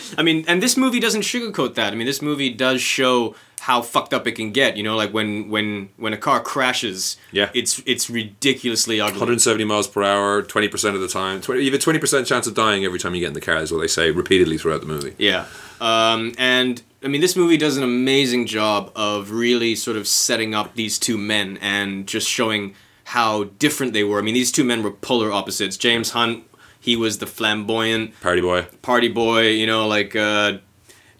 I mean, and this movie doesn't sugarcoat that. I mean, this movie does show how fucked up it can get. You know, like when when when a car crashes,
Yeah.
it's it's ridiculously ugly.
170 miles per hour, 20% of the time. 20, you have a 20% chance of dying every time you get in the car, is what they say repeatedly throughout the movie.
Yeah. Um, and I mean, this movie does an amazing job of really sort of setting up these two men and just showing how different they were. I mean, these two men were polar opposites. James Hunt, he was the flamboyant,
Party boy.
party boy, you know, like uh,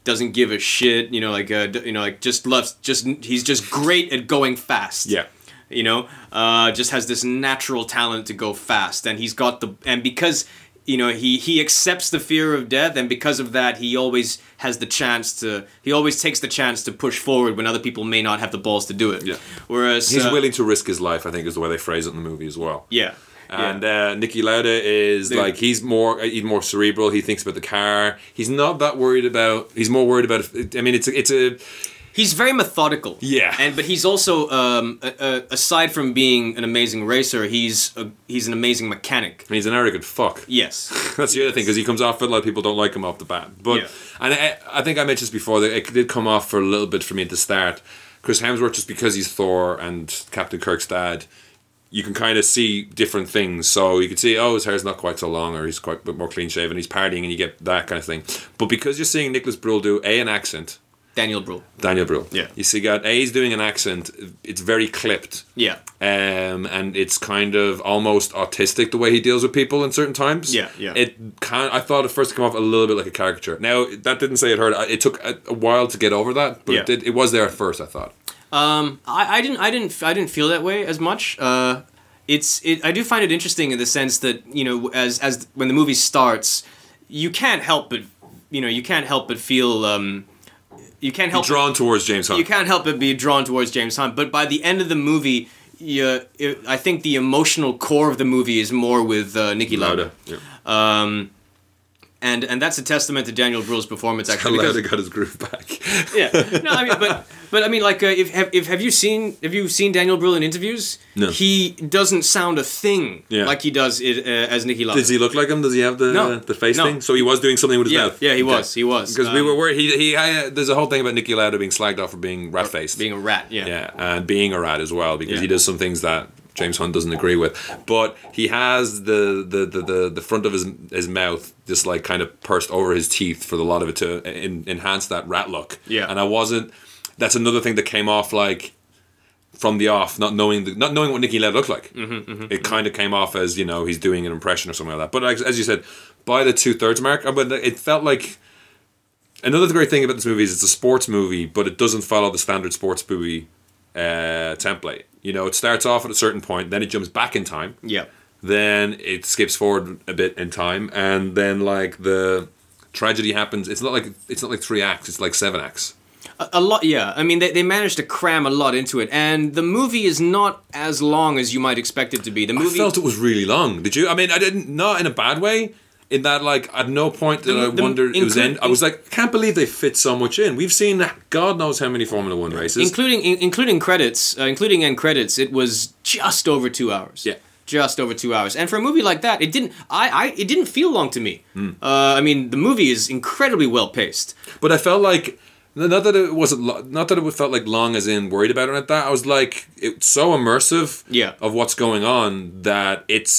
doesn't give a shit, you know, like uh, d- you know, like just loves, just he's just great at going fast.
Yeah.
you know, uh, just has this natural talent to go fast, and he's got the and because you know he he accepts the fear of death, and because of that, he always has the chance to he always takes the chance to push forward when other people may not have the balls to do it.
Yeah.
whereas
He's
uh,
willing to risk his life, I think, is the way they phrase it in the movie as well.
Yeah,
And
yeah.
uh, Nicky Lauda is like he's more even more cerebral. He thinks about the car. He's not that worried about. He's more worried about. I mean, it's a, it's a
He's very methodical.
Yeah.
and but he's also um, a, a, aside from being an amazing racer, he's a, he's an amazing mechanic.
he's an arrogant fuck.
Yes.
That's the other thing because he comes off it like people don't like him off the bat. But
Yeah.
and I, I think I mentioned this before that it did come off for a little bit for me at the start. Chris Hemsworth just because he's Thor and Captain Kirk's dad, you can kind of see different things. So you can see oh his hair's not quite so long or he's quite a bit more clean shaven. He's partying and you get that kind of thing. But because you're seeing Nicholas Brühl do a an accent,
Daniel Brühl.
Daniel Brühl.
Yeah.
you see God a he's doing an accent. It's very clipped
Yeah.
um, and it's kind of almost autistic the way he deals with people in certain times.
Yeah, yeah.
It kind. I thought at first it came off a little bit like a caricature. Now that didn't say it hurt. I- It took a, a while to get over that, but
Yeah.
it, did, it was there at first. I thought.
Um, I, I didn't I didn't I didn't feel that way as much. Uh, it's it, I do find it interesting in the sense that you know as as when the movie starts, you can't help but you know you can't help but feel um, you can't help
Drawn towards James Hunt.
you can't help but be drawn towards James Hunt. But by the end of the movie, you, it, I think the emotional core of the movie is more with uh, Nicky Lauda.
Lauda. Yeah.
and and that's a testament to Daniel Brühl's performance actually.
Lauda
Because,
got his groove back.
yeah, no, I mean, but but I mean, like, uh, if have if have you seen have you seen Daniel Brühl in interviews?
No.
he doesn't sound a thing
Yeah.
like he does it, uh, as Nicky Lauda.
Does he look like him? Does he have the
No.
the face
No.
thing? So he was doing something with his
yeah,
mouth.
yeah, he
Okay.
was, he was
Because we
um,
were worried. He, he I, uh, there's a whole thing about Nicky Lauda being slagged off for being rat faced.
being a rat.
Yeah, and being a rat as well because
Yeah.
he does some things that James Hunt doesn't agree with. But he has the the, the, the, the front of his his mouth just like kind of pursed over his teeth for a lot of it to en- enhance that rat look.
Yeah.
and I wasn't. That's another thing that came off like from the off, not knowing the, not knowing what Nicky Ladd looked like. Mm-hmm, it kind of came off as you know he's doing an impression or something like that. But like, as you said, by the two thirds mark, I mean, it felt like. Another great thing about this movie is it's a sports movie, but it doesn't follow the standard sports movie uh, template. You know, it starts off at a certain point, then it jumps back in time,
yeah.
then it skips forward a bit in time, and then like the tragedy happens. It's not like it's not like three acts; it's like seven acts.
A lot, yeah. I mean, they, they managed to cram a lot into it, and the movie is not as long as you might expect it to be. The movie,
I felt it was really long. Did you? I mean, I didn't. Not in a bad way. In that, like, at no point did I
the-
wonder it was
inclu-
end. I was like, can't believe they fit so much in. We've seen God knows how many Formula One races.
including in, including credits, uh, including end credits, it was just over two hours.
yeah,
just over two hours. And for a movie like that, it didn't. I, I it didn't feel long to me.
Hmm.
Uh, I mean, the movie is incredibly well paced.
But I felt like not that it wasn't lo- not that it felt like long as in worried about it like that. I was like it's so immersive
Yeah.
of what's going on that it's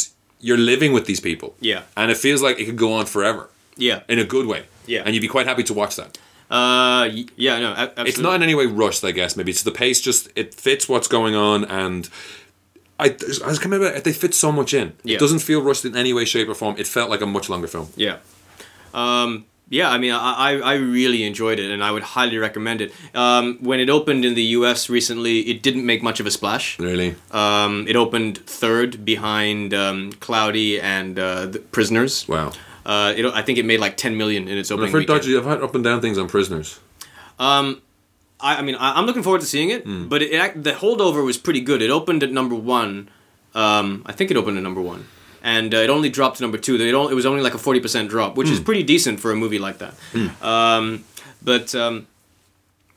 you're living with these people.
Yeah.
And it feels like it could go on forever
Yeah.
in a good way.
Yeah.
And you'd be quite happy to watch that.
Uh, y- yeah. No. a- Absolutely.
It's not in any way rushed, I guess. Maybe it's the pace just it fits what's going on and I, I was coming about it, they fit so much in.
Yeah.
It doesn't feel rushed in any way, shape, or form. It felt like a much longer film.
Yeah. Um, yeah, I mean, I, I I really enjoyed it, and I would highly recommend it. Um, when it opened in the U.S. recently, it didn't make much of a splash.
Really?
Um, it opened third behind um, Cloudy and uh, the Prisoners.
Wow.
Uh, it, I think it made like 10 million in its opening
I've heard
weekend.
dodgy. I've had up and down things on prisoners.
I, I mean, I, I'm looking forward to seeing it,
Hmm.
but it, act the holdover was pretty good. It opened at number one. Um, I think it opened at number one. And uh, it only dropped to number two. They don't, it was only like a 40% drop, which is
Hmm.
pretty decent for a movie like that. Um, but um,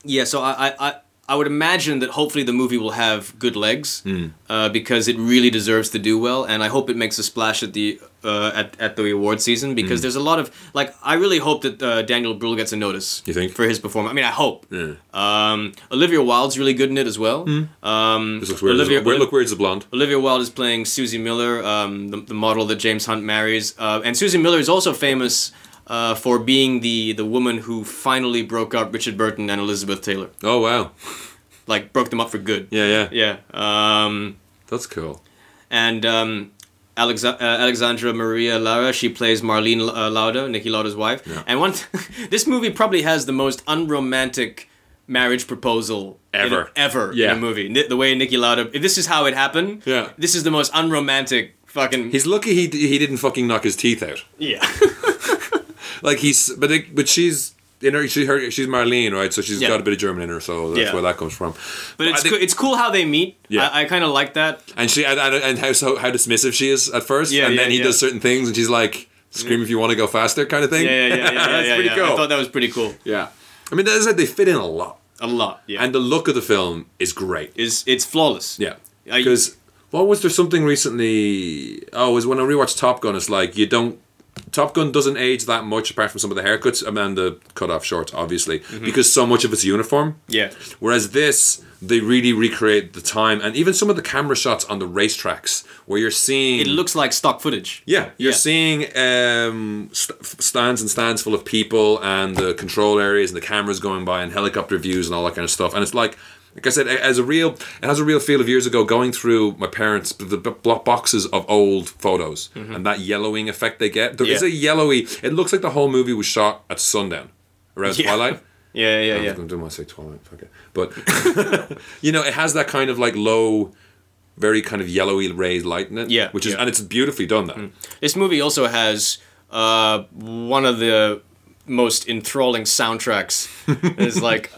yeah, so I, I, I, I would imagine that hopefully the movie will have good legs
Hmm.
uh, because it really deserves to do well. And I hope it makes a splash at the, uh, at, at the award season
Hmm.
because there's a lot of, like, I really hope that uh, Daniel Brühl gets a notice
You think?
for his performance. I mean, I hope.
Yeah.
Um, Olivia Wilde's really good in it as well. Um,
This looks weird.
Olivia,
Olivia, weird look weird as a blonde.
Olivia Wilde is playing Susie Miller, um, the, the model that James Hunt marries, uh, and Susie Miller is also famous uh, for being the the woman who finally broke up Richard Burton and Elizabeth Taylor,
Oh wow.
like broke them up for good.
Yeah, yeah.
yeah. Um,
That's cool.
and um, Alexa- uh, Alexandra Maria Lara. She plays Marlene uh, Lauda, Nikki Lauda's wife.
Yeah.
And one, th- this movie probably has the most unromantic marriage proposal in-
Ever.
ever
Yeah.
in a movie. Ni- the way Nikki Lauda, if this is how it happened.
Yeah.
This is the most unromantic fucking.
He's lucky he he didn't fucking knock his teeth out.
yeah.
Like he's but it, but she's in her, she, her she's Marlene right, so she's
Yeah.
got a bit of German in her, so that's
Yeah.
where that comes from.
but
I
it's
think-
coo- it's cool how they meet.
Yeah.
I, I kind of like that.
and she and, and, and how so how dismissive she is at first,
Yeah,
and
yeah,
then he
yeah.
does certain things, and she's like scream if you want to go faster kind of thing.
Yeah, yeah, yeah, yeah.
that's
yeah,
pretty
yeah. I
cool.
thought that was pretty cool.
yeah, I mean that is like they fit in a lot,
A lot. Yeah.
and the look of the film is great.
is it's flawless.
Yeah.
I-
Because what was there something recently? Oh, it was when I rewatched Top Gun. It's like you don't. Top Gun doesn't age that much apart from some of the haircuts and then the cut off shorts, obviously,
Mm-hmm.
because so much of it's uniform.
Yeah.
Whereas this, they really recreate the time and even some of the camera shots on the racetracks where you're seeing.
It looks like stock footage.
Yeah, you're
Yeah.
seeing um, st- stands and stands full of people and the control areas and the cameras going by and helicopter views and all that kind of stuff. And it's like, like I said, it has a real, it has a real feel of years ago going through my parents' the b- block boxes of old photos and that yellowing effect they get. There is
Mm-hmm. Yeah.
a yellowy. It looks like the whole movie was shot at sundown around
Yeah.
twilight.
Yeah, yeah, yeah.
I'm doing my say twilight. Fuck it. But you know, it has that kind of like low. Very kind of yellowy rays light in it,
Yeah,
which is
yeah. Mm.
and it's beautifully done. That
This movie also has uh, one of the most enthralling soundtracks. It's like,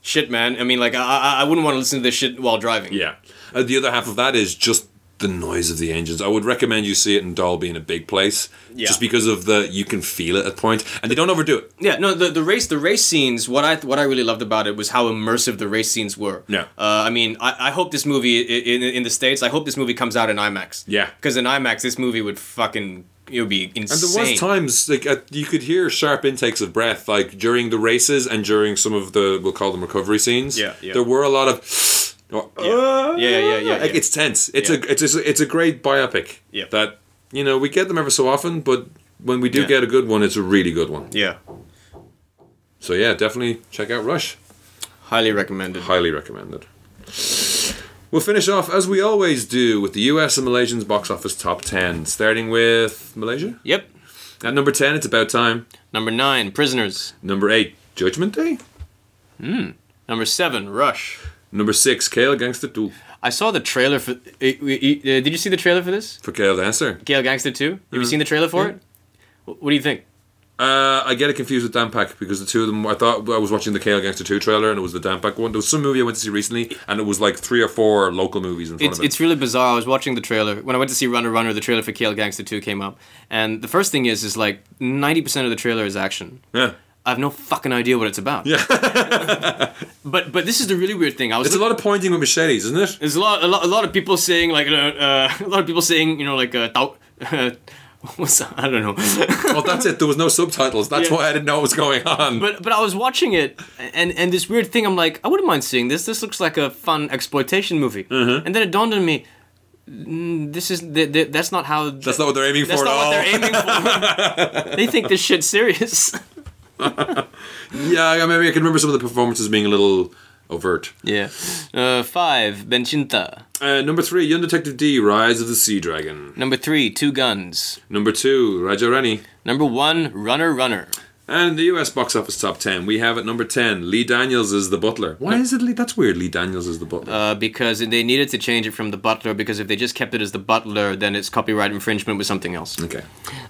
shit, man. I mean, like, I, I, I wouldn't want to listen to this shit while driving.
Yeah. Uh, the other half of that is just the noise of the engines. I would recommend you see it in Dolby in a big place,
Yeah.
just because of the you can feel it at points, and they don't overdo it.
Yeah, no, the, the race the race scenes. What I what I really loved about it was how immersive the race scenes were.
Yeah.
Uh, I mean, I, I hope this movie i- in in the states. I hope this movie comes out in IMAX.
Yeah.
Because in IMAX, this movie would fucking it would be
And
insane.
there was times like uh, you could hear sharp intakes of breath, like during the races and during some of the we'll call them recovery scenes.
Yeah, yeah.
There were a lot of. oh, or,
Yeah, yeah, yeah, yeah,
Like,
yeah.
It's tense. It's
Yeah.
a it's a, it's a great biopic.
Yeah.
That you know we get them ever so often, but when we do
Yeah.
get a good one, it's a really good one.
Yeah.
So yeah, definitely check out Rush.
Highly recommended.
highly recommended. We'll finish off as we always do with the US and Malaysian's box office top 10, starting with Malaysia.
Yep.
At number 10, it's about time.
Number nine, Prisoners.
Number 8, Judgment Day.
Number seven, Rush.
Number 6, Kale Gangster 2
I saw the trailer for. eh, we- eh, uh, Did you see the trailer for this?
for Kale Dancer.
Gale Gangster 2? Have
Mm-hmm.
you seen the trailer for it? Wh- What do you think?
Uh, I get it confused with Dampak because the two of them, I thought I was watching the Kale Gangster 2 trailer and it was the Dampak one. There was some movie I went to see recently and it was like three or four local movies in front
It's,
of it.
it's really bizarre. I was watching the trailer. When I went to see Runner Runner, the trailer for Gale Gangster 2 came up. And the first thing is, is like 90% of the trailer is action.
yeah.
I have no fucking idea what it's about.
Yeah.
but but this is the really weird thing. I was
It's a lot of pointing with machetes, isn't it?
There's a lot, a lot, a lot of people saying like, uh, uh, a lot of people saying, you know, like, uh, tau- what's I don't know.
Well, that's it. There was no subtitles. That's
Yeah.
why I didn't know what was going on.
but but I was watching it, and and this weird thing, I'm like, I wouldn't mind seeing this. This looks like a fun exploitation movie.
Mm-hmm.
And then it dawned on me, mm, this is th- th- that's not how.
that's not what they're aiming
that's
for at
not
all.
what they're aiming for. they think this shit's serious.
yeah, yeah, maybe I can remember some of the performances being a little overt.
yeah. Uh, five, Benchinta.
Uh, number three, Young Detective D, Rise of the Sea Dragon.
Number three, Two Guns.
Number two, Raja Rani.
Number one, Runner Runner.
And in the US box office top 10, we have at number 10, Lee Daniels is the butler. Why is it Lee? That's weird, Lee Daniels is the butler.
uh, because they needed to change it from the butler because if they just kept it as the butler then it's copyright infringement with something else
okay.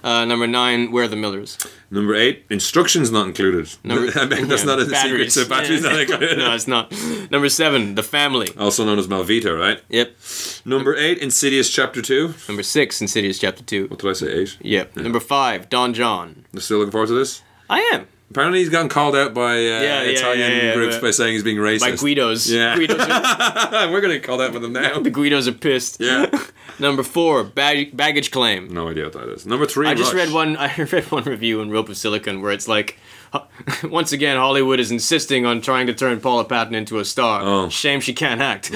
uh, number nine where are the millers
Number eight, instructions not included. I mean, that's
Yeah,
not a secret, so batteries
Yeah.
not included.
no it's not number seven the family
Also known as Malvita, right?
yep
Number eight, Insidious Chapter 2.
number six insidious chapter two
What did I say, eight?
yep number five don john
You're still looking forward to this?
i am
Apparently he's gotten called out by uh,
yeah,
Italian
yeah, yeah,
groups
but-
by saying he's being racist.
by guidos
Yeah.
guidos are,
We're going to call that for them now.
the guidos are pissed
Yeah.
number four bag- baggage claim
No idea what that is. Number three,
I just
Rush.
read one. I read one review in Rope of Silicon where it's like, "Ho- once again, Hollywood is insisting on trying to turn Paula Patton into a star.
Oh.
Shame she can't act.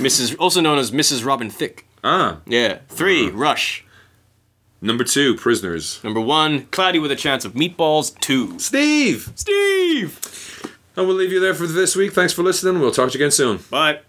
Mrs. Also known as Mrs. Robin Thicke.
Ah,
Yeah. Three. Rush.
number two, Prisoners.
Number one. Cloudy with a chance of meatballs. Two.
Steve!
Steve.
And we'll leave you there for this week. Thanks for listening. We'll talk to you again soon.
Bye.